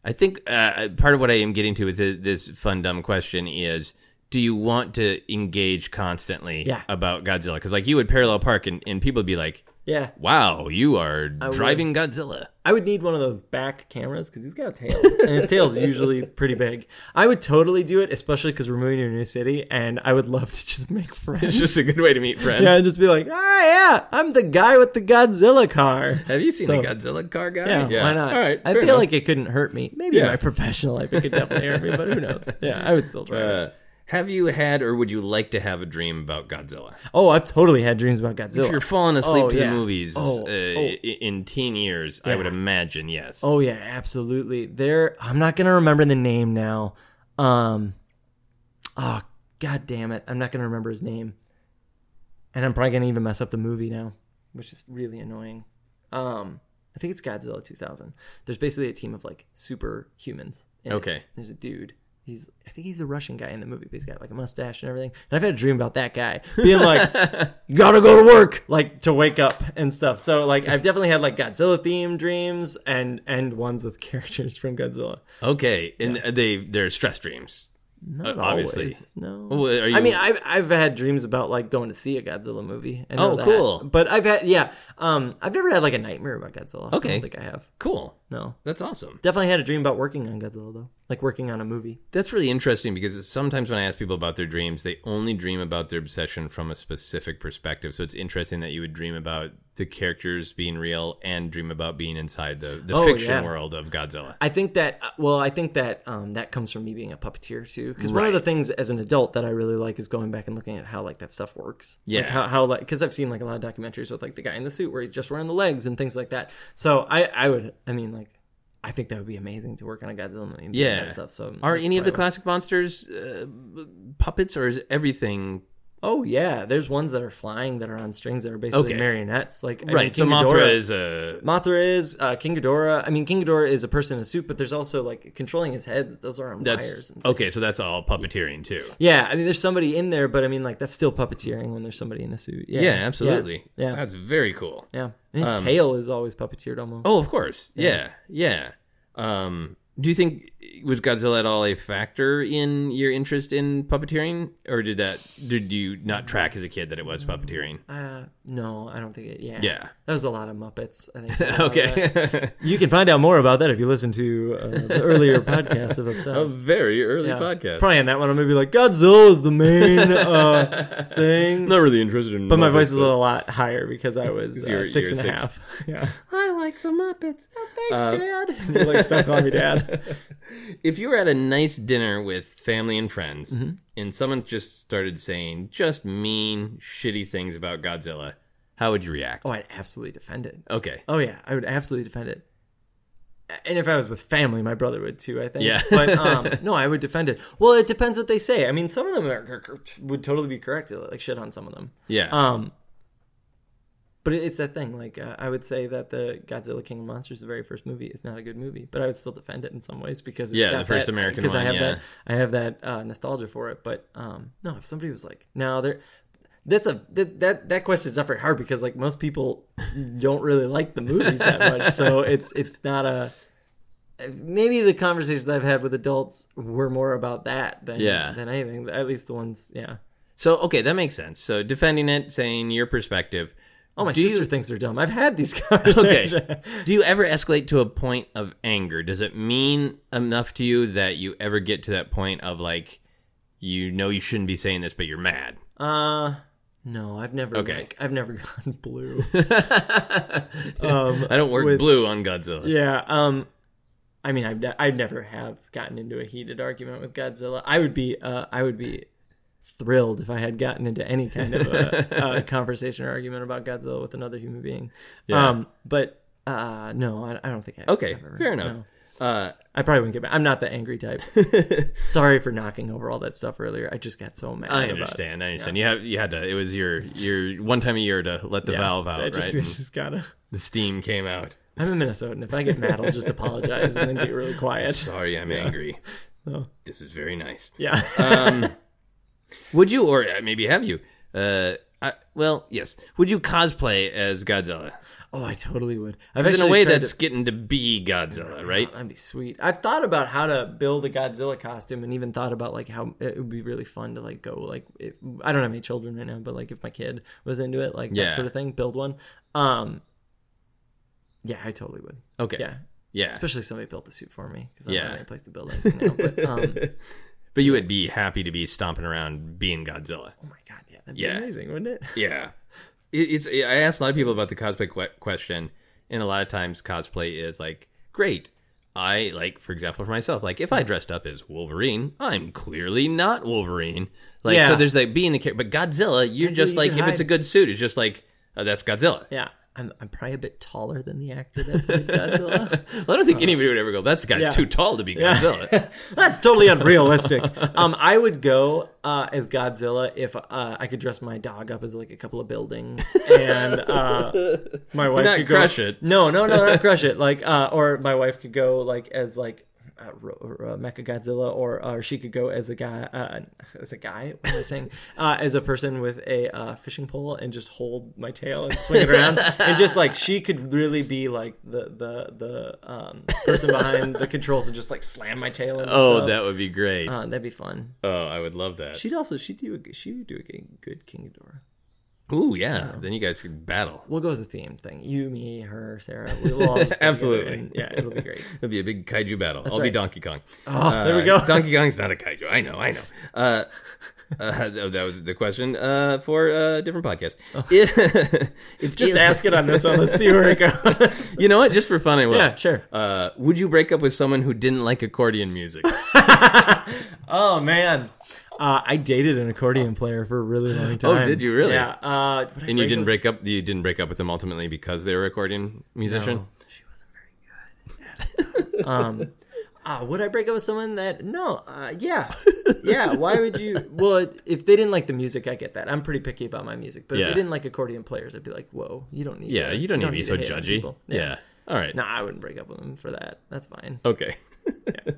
I think uh, part of what I am getting to with thi- this fun dumb question is: Do you want to engage constantly
Yeah.
about Godzilla? Because like you would parallel park, and, and people would be like,
Yeah,
"Wow, you are driving Godzilla."
I would need one of those back cameras because he's got a tail, and his tail's usually pretty big. I would totally do it, especially because we're moving to a new city, and I would love to just make
It's
friends.
just a good way to meet friends.
Yeah, and just be like, ah, yeah, I'm the guy with the Godzilla car.
Have you seen
So-
the Godzilla car guy?
Yeah, why not?
All right,
I
fair
feel
enough.
like it couldn't hurt me. Maybe in
Yeah.
my professional life it could definitely hurt me, but who knows? Yeah, I would still try. it.
Uh, have you had, or would you like to have a dream about Godzilla?
Oh, I've totally had dreams about Godzilla.
If you're falling asleep
Oh,
to
yeah.
the movies
Oh,
uh,
oh.
i in teen years, I would imagine yes.
Oh yeah, absolutely. There I'm not gonna remember the name now. Um Oh god damn it. I'm not gonna remember his name. And I'm probably gonna even mess up the movie now, which is really annoying. Um I think it's Godzilla 2000. There's basically a team of like superhumans. in it.
Okay.
There's a dude. He's I think he's a Russian guy in the movie, but he's got like a mustache and everything. And I've had a dream about that guy being like you gotta go to work like to wake up and stuff so like i've definitely had like godzilla themed dreams and and ones with characters from godzilla
Okay, and they they're stress dreams.
not
Uh, obviously.
always, no
Well, are
i
you-
mean I've, I've had dreams about like going to see a godzilla movie I know
Oh,
that.
cool.
but i've had yeah um i've never had like a nightmare about godzilla i
Okay.
don't think i have
Cool.
no
That's awesome.
definitely had a dream about working on godzilla though like working on a movie
That's really interesting because it's- sometimes when I ask people about their dreams, they only dream about their obsession from a specific perspective. So it's interesting that you would dream about the characters being real and dream about being inside the, the
Oh,
fiction
yeah.
world of Godzilla.
I think that uh, well, I think that um, that comes from me being a puppeteer too. Because one of the things as an adult that I really like is going back and looking at how like that stuff works.
Yeah.
like, how, how like because I've seen like a lot of documentaries with like the guy in the suit where he's just wearing the legs and things like that. So I I would I mean like I think that would be amazing to work on a Godzilla movie. and
Yeah.
that stuff. So
Are any of the classic monsters uh, puppets, or is everything
oh yeah, there's ones that are flying that are on strings that are basically
Okay.
marionettes. Like I mean,
right? So
King
Mothra
Ghidorah-
is a
Mothra is uh, King Ghidorah. I mean, King Ghidorah is a person in a suit, but there's also like controlling his head. Those are on wires.
that's
And
okay. So that's all puppeteering too.
Yeah, I mean, there's somebody in there, but I mean, like that's still puppeteering when there's somebody in a suit. Yeah,
Yeah, absolutely.
Yeah, yeah.
that's very cool.
yeah. And his tail is always puppeteered almost.
Oh, of course. Yeah. yeah, Um, do you think was Godzilla at all a factor in your interest in puppeteering, or did that did you not track as a kid that it was puppeteering?
Uh, no, I don't think it. Yeah,
Yeah.
That was a lot of Muppets. I think. Uh,
Okay,
you can find out more about that if you listen to uh, the earlier podcast of
that
Obsessed.
was very early
Yeah.
podcast.
Probably on that one, I'm gonna be like Godzilla is the main uh, thing,
not really interested in,
but my voice is a lot higher because I was uh,
You're-
six
you're
and a
six.
half. Yeah, I like the Muppets. Oh, thanks, Dad. like stop calling me Dad.
If you were at a nice dinner with family and friends,
Mm-hmm.
and someone just started saying just mean, shitty things about Godzilla, how would you react?
Oh, I'd absolutely defend it.
Okay.
Oh yeah, I would absolutely defend it. And if I was with family, my brother would too. I think.
Yeah.
but um, no, I would defend it. Well, it depends what they say. I mean, some of them are, would totally be correct. Like shit on some of them.
Yeah.
Um, but it- it's that thing. Like uh, I would say that the Godzilla King of Monsters, the very first movie, is not a good movie, but I would still defend it in some ways because it's
Yeah,
got
the first
that-
American
because I
one,
have
yeah.
that I have that uh, nostalgia for it. But um, no, if somebody was like, no, they're that's a that, that that question is not very hard because like most people don't really like the movies that much, so it's it's not a. Maybe the conversations that I've had with adults were more about that than
Yeah.
than anything. At least the ones, yeah.
So okay, that makes sense. So defending it, saying your perspective.
Oh, my
Do you-
sister thinks they're dumb. I've had these conversations.
Okay. Do you ever escalate to a point of anger? Does it mean enough to you that you ever get to that point of like you know you shouldn't be saying this but you're mad?
Uh, no, I've never.
Okay.
like, I've never gone blue.
I don't work
Um, with-
blue on Godzilla.
yeah. Um, I mean, I've ne- I never have gotten into a heated argument with Godzilla. I would be. Uh, I would be thrilled if I had gotten into any kind of a, a conversation or argument about Godzilla with another human being.
Yeah.
Um, but uh, no, I, I don't think I.
Okay,
I've ever-
fair enough. Uh,
I probably wouldn't get mad. I'm not the angry type. Sorry for knocking over all that stuff earlier. I just got so mad.
I
about it.
understand. I understand. You have you had to. It was your your one time a year to let the
Yeah.
valve out,
I just,
right?
I
And
just gotta.
the steam came out.
I'm a Minnesotan. If I get mad, I'll just apologize and then get really quiet.
Sorry, I'm angry.
Oh.
This is very nice.
Yeah.
Would you, or uh, maybe have you, uh, I, well, yes. Would you cosplay as Godzilla?
Oh, I totally would. I've
Because in a
actually
way,
tried Oh,
that's getting to Uh, be Godzilla, right?
That'd be sweet. I've thought about how to build a Godzilla costume, and even thought about like how it would be really fun to like go like it, I don't have any children right now, but like if my kid was into it, like
Yeah.
that sort of thing, build one. Um, yeah, I totally would.
Okay.
Yeah,
Yeah.
especially if somebody built the suit for me because I don't
Yeah.
have any place to build anything now. But um,
But you would be happy to be stomping around being Godzilla.
oh my god, yeah, that'd be
Yeah.
amazing, wouldn't it?
Yeah. It, it's. I asked a lot of people about the cosplay que- question, and a lot of times cosplay is like, great. I like, for example, for myself, like if I dressed up as Wolverine, I'm clearly not Wolverine. Like, so
Yeah.
there's like being the character, but Godzilla, you're
Godzilla,
just
you
like, if
can
it's a
hide.
good suit, it's just like, oh, that's Godzilla.
Yeah, I'm I'm probably a bit taller than the actor that played Godzilla.
Well, I don't think anybody would ever go, that guy's
Uh-huh. Yeah.
too tall to be Godzilla.
That's totally unrealistic. um, I would go uh, as Godzilla if uh, I could dress my dog up as like a couple of buildings, and uh, my wife
Not
could go-
crush it.
No, no, no, not crush it. Like, uh, or my wife could go like as like. Uh, Ro- Ro- Mecha Godzilla, or uh, she could go as a guy, uh, as a guy. What am I saying? Uh, as a person with a uh, fishing pole and just hold my tail and swing it around, and just like she could really be like the the the um, person behind the controls and just like slam my tail. And
oh,
stuff.
that would be great.
Uh, that'd be fun.
oh, I would love that.
She'd also she do a, she would do a g- good King Ghidorah.
Ooh, yeah. Then you guys could battle.
We'll go as a theme thing. You, me, her, Sarah. We'll all just go together
Absolutely.
and- yeah, it'll be great.
It'll be a big kaiju battle. I'll be
right.
Donkey Kong. Oh,
there we go.
Donkey Kong's not a kaiju. I know. I know. Uh, uh, that that was the question uh, for a different podcast. If, if
Oh. Just ask it on this one. Let's see where it goes.
You know what? Just for fun, I will.
Yeah, sure.
Uh, would you break up with someone who didn't like accordion music?
oh man, uh, I dated an accordion player for a Oh, really long time.
did you really?
Yeah. Uh, but I
and you didn't
was-
break up. You didn't break up with them ultimately because they were accordion musician.
She wasn't very good. um, ah, would I break up with someone that? No. Uh, yeah. Yeah. Why would you? Well, if they didn't like the music, I get that. I'm pretty picky about my music, but if
Yeah.
they didn't like accordion players, I'd be like, whoa, you don't need.
Yeah,
that.
you don't need to be so
hate on
judgy.
people.
Yeah. All right.
No, I wouldn't break up with them for that. That's fine.
Okay. Uh-huh.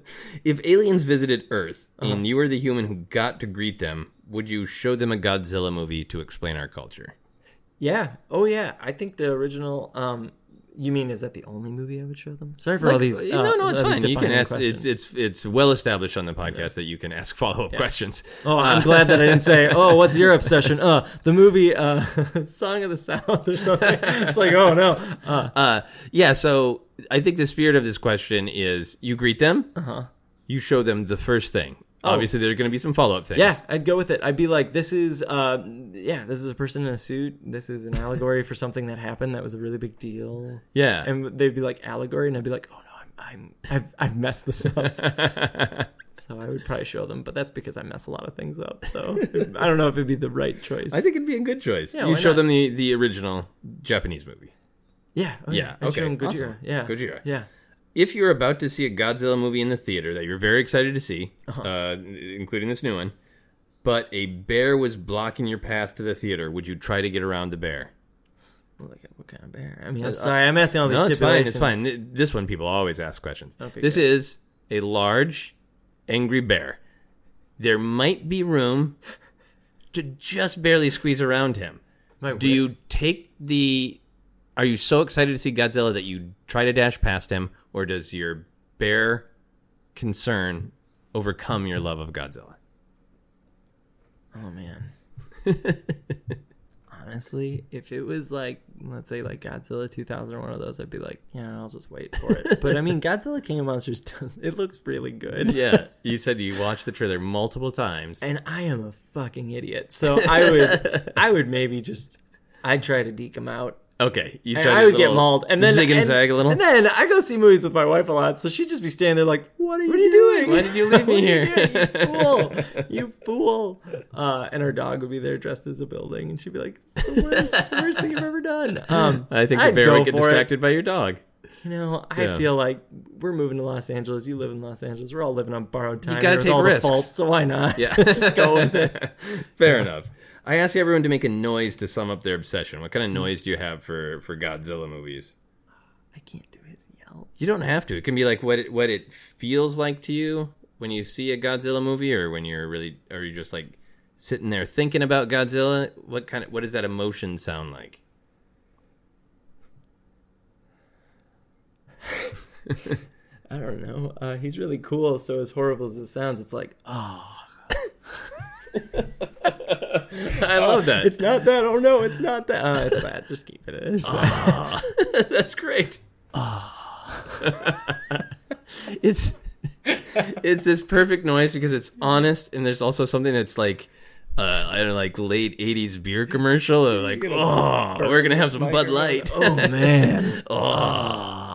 if aliens visited Earth and you were the human who got to greet them, would you show them a Godzilla movie to explain our culture?
Yeah. Oh yeah. I think the original. Um, you mean is that the only movie I would show them? Sorry for all
Like,
these. uh,
no, no, it's
all these
fine. You can
defining
ask.
questions.
It's it's it's well established on the podcast that you can ask follow up questions. Uh,
Oh, I'm glad that I didn't say, "Oh, what's your obsession?" Uh, the movie uh, "Song of the South" or something. It's like, oh no. Uh,
Uh, yeah. So I think the spirit of this question is: you greet them, uh-huh. Oh. you show them the first thing. Obviously, there are going to be some follow up things.
yeah, I'd go with it. I'd be like, "This is, uh, yeah, this is a person in a suit. This is an allegory for something that happened that was a really big deal."
yeah.
And they'd be like, "Allegory," and I'd be like, "Oh no, I'm, I'm, I've, I've messed this up." so I would probably show them, but that's because I mess a lot of things up. So I don't know if it'd be the right choice.
I think it'd be a good choice.
Yeah,
you
why
show
not?
them the the original Japanese movie.
yeah, oh,
Yeah,
I'd show
okay,
'em Gojira.
awesome.
Yeah,
Gojira.
Yeah.
if you're about to see a Godzilla movie in the theater that you're very excited to see,
Uh-huh.
uh, including this new one, but a bear was blocking your path to the theater, would you try to get around the bear?
Well, Like what kind of bear? I mean, I'm sorry, I'm asking all these
uh, No, it's fine.
stipulations.
It's fine. Th- This one, people always ask questions.
Okay,
this
good.
is a large, angry bear. There might be room to just barely squeeze around him.
My
Do
wi-
you take the? Are you so excited to see Godzilla that you try to dash past him, or does your bear concern overcome your love of Godzilla?
Oh man. Honestly, if it was like let's say like Godzilla 2000 or one of those, I'd be like, yeah, I'll just wait for it. but I mean, Godzilla King of Monsters does it looks really good.
Yeah, you said you watched the trailer multiple times.
And I am a fucking idiot, so I would I would maybe just I'd try to deke him out.
Okay, you
And
tried
I
a
would get
little
mauled, and then
zig and
and-
zag a little.
And then I go see movies with my wife a lot, so she'd just be standing there like, "What are you, doing?
Why did you leave me
What are you
here?"
doing, you fool! You fool!" Uh, and her dog would be there dressed as a building, and she'd be like, "It's "The worst, worst thing you've ever done." Um,
I think
I'd
the bear
go
would get
for it.
distracted by your dog.
You know, I
Yeah.
feel like we're moving to Los Angeles. You live in Los Angeles. We're all living on borrowed time.
gotta
here with
take
all
risks.
The faults, so why not?
Yeah.
just go with it.
Fair enough. I ask everyone to make a noise to sum up their obsession. What kind of noise do you have for for Godzilla movies?
I can't do his yell.
You don't have to. It can be like what it what it feels like to you when you see a Godzilla movie, or when you're really, or you just like sitting there thinking about Godzilla, what kind of what does that emotion sound like?
I don't know. Uh, he's really cool. So as horrible as it sounds, it's like, oh.
I love that.
It's not that. Oh no, it's not that. Uh, it's that. Just keep it.
Oh,
It's that.
That's great. Ah. it's it's this perfect noise because it's honest and there's also something that's like uh, I don't know, like late '80s beer commercial of like, oh, we're gonna have some Bud Light.
Oh man,
Oh,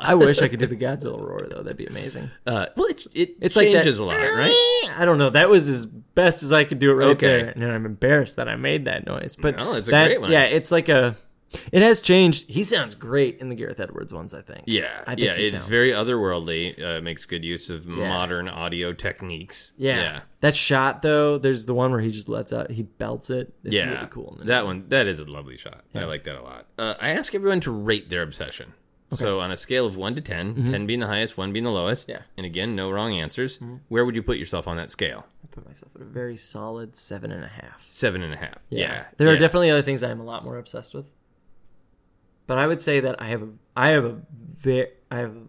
I wish I could do the Godzilla roar though. That'd be amazing.
uh, well, it's it
It's like that-
changes Eh, a lot, right?
I don't know. That was as best as I could do it right
Okay.
there. And I'm embarrassed that I made that noise. But
No, it's a
that-
great one.
Yeah, it's like a. It has changed. He sounds great in the Gareth Edwards ones. I think.
Yeah,
I think
yeah,
he
it's
sounds-
very otherworldly. Uh, makes good use of modern audio techniques.
Yeah. That shot though, there's the one where he just lets out. He belts it. It's
yeah,
really cool. in the-
That one, that is a lovely shot. I like that a lot. Uh, I ask everyone to rate their obsession. So on a scale of one to 10, 10 being the highest, one being the lowest.
Mm-hmm. Yeah. Mm-hmm.
And again, no wrong answers. Where would you put yourself on that scale?
I put myself at a very solid seven and a half.
Seven and a half. Yeah,
There are
yeah.
definitely other things I'm a lot more obsessed with. But I would say that I have a I have a very I have a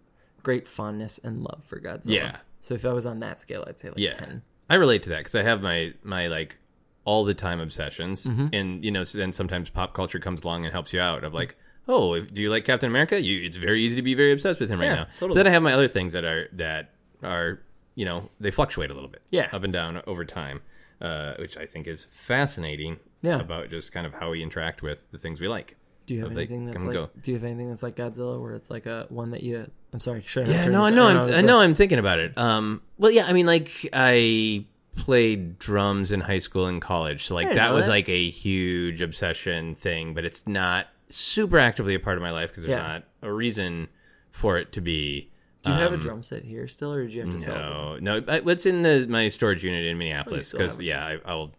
great fondness and love for Godzilla.
Yeah.
So if I was on that scale, I'd say like
yeah.
ten.
I relate to that because I have my my like all the time obsessions,
Mm-hmm.
and you know, so then sometimes pop culture comes along and helps you out of like. Oh, if, do you like Captain America? You, it's very easy to be very obsessed with him
Yeah,
right now.
totally.
Then I have my other things that are that are you know they fluctuate a little bit,
Yeah.
up and down over time, uh, which I think is fascinating.
Yeah.
about just kind of how we interact with the things we like.
Do you have
Of, like,
anything that's
come and
like
go.
Do you have anything that's like Godzilla, where it's like a one that you? I'm sorry, sure.
Yeah, no, I know. I'm, I know. I'm thinking about it. Um, well, yeah. I mean, like I played drums in high school and college, so like
didn't
that
know
was
that.
like a huge obsession thing. But it's not super actively a part of my life because there's
Yeah.
not a reason for it to be. uh,
Do you have a drum set here still, or did you have to sell? it?
Um, No, no. but What's in the my storage unit in Minneapolis?
Oh, still
Because
have it.
yeah, I, I'll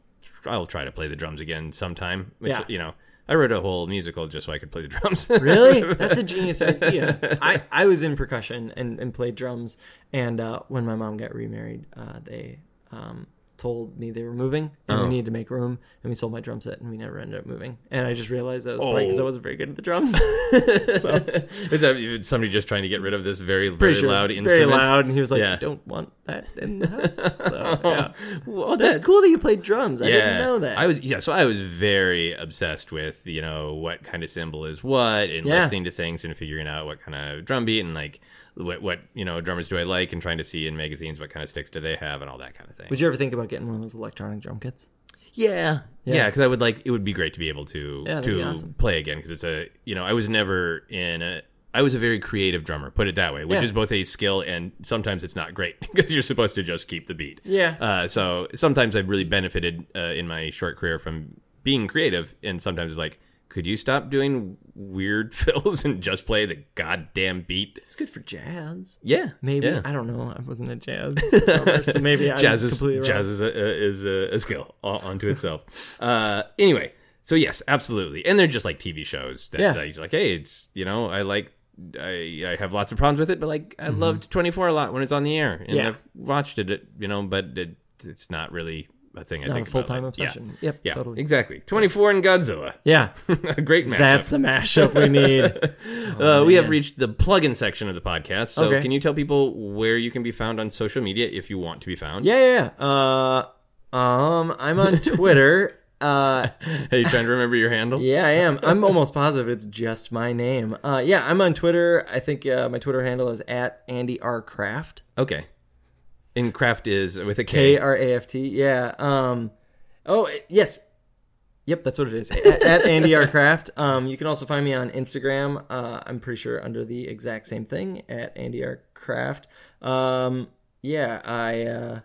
I'll try to play the drums again sometime. Which,
Yeah.
you know, I wrote a whole musical just so I could play the drums.
Really? That's a genius idea. I, I was in percussion and, and played drums. And uh, when my mom got remarried, uh, they um, told me they were moving
Oh.
and we needed to make room. And we sold my drum set and we never ended up moving. And I just realized that was probably because I
Oh.
wasn't very good at the drums.
Is that somebody just trying to get rid of this very very
Pretty sure.
loud
Very
instrument?
loud. And he was like,
Yeah.
I don't want that in the house. So, yeah.
Well,
That's cool that you played drums. I didn't know that.
I was yeah, so I was very obsessed with you know what kind of symbol is what, and
Yeah.
listening to things and figuring out what kind of drum beat and like what what you know drummers do I like, and trying to see in magazines what kind of sticks do they have and all that kind of thing.
Would you ever think about getting one of those electronic drum kits?
yeah,
Yeah.
yeah, because I would like it would be great to be able to
Yeah, that'd be
to
awesome.
play again because it's a you know I was never in a. I was a very creative drummer, put it that way, which
Yeah.
is both a skill and sometimes it's not great because you're supposed to just keep the beat.
Yeah.
Uh, so sometimes I've really benefited uh, in my short career from being creative, and sometimes it's like, could you stop doing weird fills and just play the goddamn beat?
It's good for jazz.
Yeah,
Maybe
yeah.
I don't know. I wasn't a jazz drummer, so maybe I'm
jazz is
completely wrong.
jazz is a, a- uh, is a, a skill all onto itself. uh, anyway, so yes, absolutely, and they're just like TV shows that,
Yeah.
that you're like, hey, it's you know, I like. I, I have lots of problems with it, but like I loved 24 a lot when it's on the air, and
Mm-hmm. Yeah.
I've watched it, you know, but it, it's not really a thing I
Not a
think about,
full time
like, yeah.
obsession. Yep.
Yeah,
Totally.
exactly. 24 and Godzilla.
yeah.
a great matchup.
That's the mashup we need.
uh, we have reached the plug-in section of the podcast. So
Okay.
can you tell people where you can be found on social media if you want to be found?
yeah, yeah, yeah. Uh, um, I'm on Twitter. Uh,
Are you trying to remember your handle?
yeah, I am. I'm almost positive it's just my name. Uh, yeah, I'm on Twitter. I think uh, my Twitter handle is at Andy R Craft.
Okay. And craft is with a K.
K R A F T. Yeah. Um. Oh eh, yes. Yep, that's what it is. At, at Andy R Craft. Um, you can also find me on Instagram. Uh, I'm pretty sure under the exact same thing at Andy R Craft. Um, yeah, I. Uh,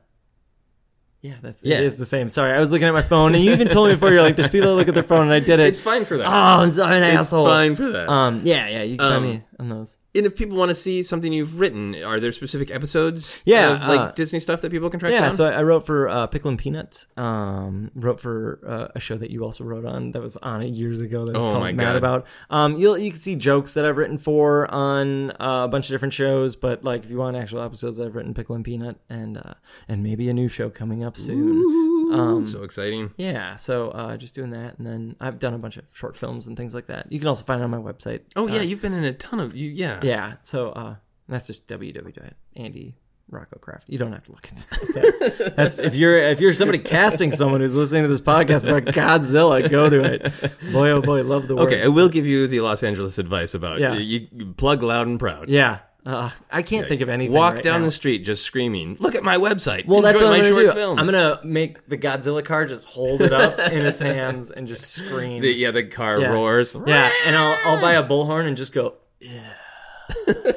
yeah, that's
Yeah.
it is the same. Sorry, I was looking at my phone, and you even told me before. You're like, there's people that look at their phone, and I did it.
It's fine for that.
oh, I'm an
it's
asshole.
fine for that.
Um, yeah, yeah, you can find me. on those.
And if people want to see something you've written, are there specific episodes?
Yeah,
of, like
uh,
Disney stuff that people can track
Yeah,
down.
so I I wrote for uh, Pickle and Peanuts. Um, wrote for uh, a show that you also wrote on that was on it years ago. That was
Oh
called
my
Mad
God.
About. Um, you'll you can see jokes that I've written for on uh, a bunch of different shows. But like, if you want actual episodes, I've written Pickle and Peanut, and uh, and maybe a new show coming up soon. Um,
Ooh, so exciting.
Yeah, so uh, just doing that, and then I've done a bunch of short films and things like that. You can also find it on my website.
Oh yeah,
Uh,
you've been in a ton of you. Yeah,
yeah. So uh, that's just www.andy Rocco Craft. You don't have to look at that. That's, that's if you're if you're somebody casting someone who's listening to this podcast about Godzilla, go to it. Boy, oh boy, love the work.
Okay, uh, I will give you the Los Angeles advice about
Yeah.
you, you plug loud and proud.
Yeah. Uh, I can't think of anything.
Walk
right
down
now.
the street just screaming. Look at my website.
Well, that's
Enjoy
what
my
I'm gonna
short
do.
films.
I'm gonna make the Godzilla car just hold it up in its hands and just scream.
The- yeah, the car
Yeah.
roars.
Yeah, and I'll I'll buy a bullhorn and just go yeah,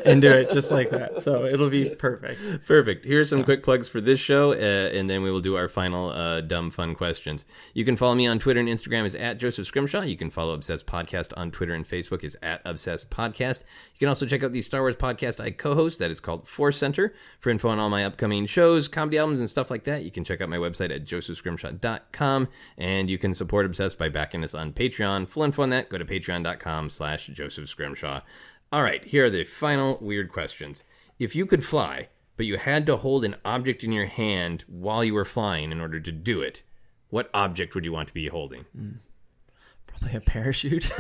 and do it just like that. So it'll be perfect.
Perfect. Here are some quick plugs for this show, uh, and then we will do our final uh, dumb fun questions. You can follow me on Twitter and Instagram is at Joseph Scrimshaw. You can follow Obsessed Podcast on Twitter and Facebook is at Obsessed Podcast. You can also check out the Star Wars podcast I co-host that is called Force Center. For info on all my upcoming shows, comedy albums, and stuff like that, you can check out my website at josephscrimshaw.com, and you can support Obsessed by backing us on Patreon. Full info on that, go to patreon.com slash Joseph Scrimshaw. All right, here are the final weird questions. If you could fly, but you had to hold an object in your hand while you were flying in order to do it, what object would you want to be holding?
Probably a parachute.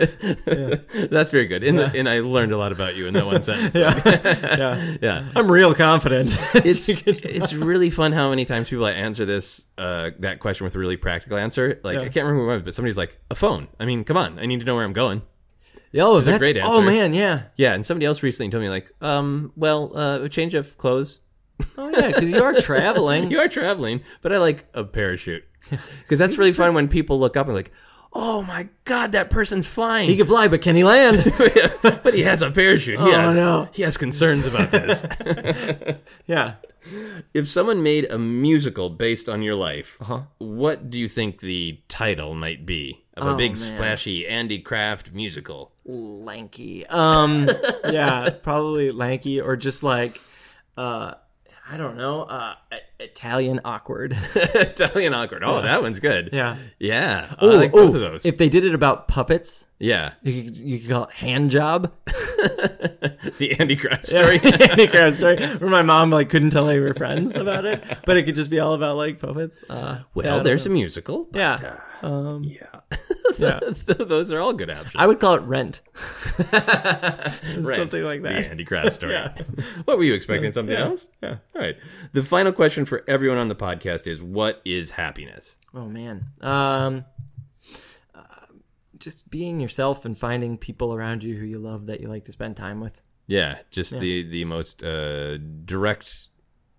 That's very good. And, and I learned a lot about you in that one sentence.
yeah.
Yeah.
I'm real confident.
It's it's really fun how many times people I answer this uh, that question with a really practical answer. Like I can't remember who it was, but somebody's like, a phone. I mean, come on, I need to know where I'm going.
oh, that's
great
oh
answer.
man, yeah.
Yeah, and somebody else recently told me like, um, well, uh, a change of clothes.
Oh yeah, because you are traveling.
You are traveling, but I like a parachute because that's really fun when people look up and like, oh my god, that person's flying.
He can fly, but can he land?
but he has a parachute. He, has,
no.
he has concerns about this.
yeah.
if someone made a musical based on your life, what do you think the title might be of a
Oh,
big
man.
splashy Andy Kraft musical?
Lanky. Um yeah, probably lanky or just like uh I don't know, uh I- Italian awkward.
Italian awkward. Oh, that one's good.
Yeah.
yeah. I
Ooh,
like both
ooh,
of those.
If they did it about puppets,
yeah,
you could, you could call it hand job.
the Andy Kraft story.
Andy Kraft story where my mom like couldn't tell they were friends about it, but it could just be all about like puppets. Uh,
Well,
yeah,
there's a musical. but,
yeah,
uh, yeah. those are all good options.
I would call it Rent.
Right.
Something like that.
The Andy Kraft story.
Yeah.
What were you expecting? Something else?
yeah.
All right. The final question for everyone on the podcast is what is happiness?
Oh man, um, uh, just being yourself and finding people around you who you love that you like to spend time with.
Yeah. Just the the most uh, direct,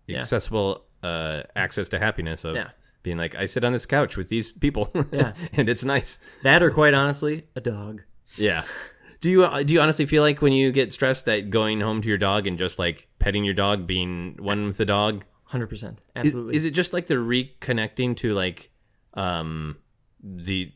accessible uh, access to happiness of
Yeah.
being like, I sit on this couch with these people
Yeah.
and it's nice.
That, or quite honestly, a dog.
Yeah. Do you uh, do you honestly feel like when you get stressed that going home to your dog and just like petting your dog, being one with the dog,
Hundred percent,
Is-
absolutely.
Is, it just like the reconnecting to like um the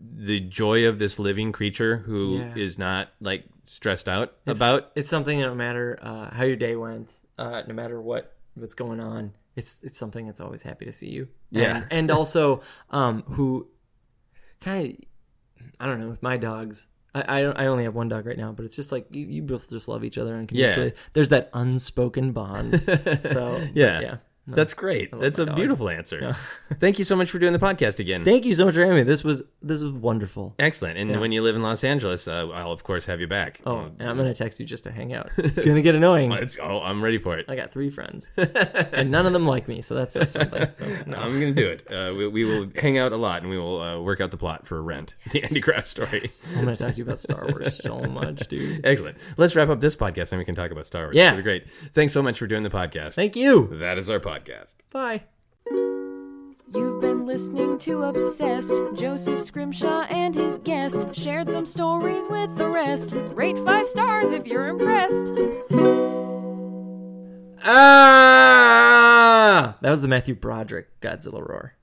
the joy of this living creature who is
Yeah.
not like stressed out
It's-
about
it's something that no matter uh, how your day went, uh, no matter what what's going on, it's it's something that's always happy to see you.
Yeah.
and, and also um, who kind of I don't know with my dogs. I, I don't- I only have one dog right now, but it's just like you, you both just love each other unconditionally. There's that unspoken bond. So
yeah.
yeah. No.
That's great. That's
my
a
dog.
beautiful answer. Thank you so much for doing the podcast again.
Thank you so much for having me. This was this was wonderful.
Excellent. And when you live in Los Angeles, uh, I'll of course have you back. Um,
Oh, and I'm gonna text you just to hang out. It's gonna get annoying.
It's, oh, I'm ready for it.
I got three friends, and none of them like me, so that's something. So, no.
I'm going to do it. Uh, we, we will hang out a lot and we will uh, work out the plot for Rent, the Andy Kraft story.
I'm gonna talk to you about Star Wars so much, dude.
Excellent. Let's wrap up this podcast and we can talk about Star Wars.
Yeah.
That'd be great. Thanks so much for doing the podcast.
Thank you.
That is our podcast.
Bye.
You've been listening to Obsessed. Joseph Scrimshaw and his guest shared some stories with the rest. Rate five stars if you're impressed.
Ah! That was the Matthew Broderick Godzilla roar.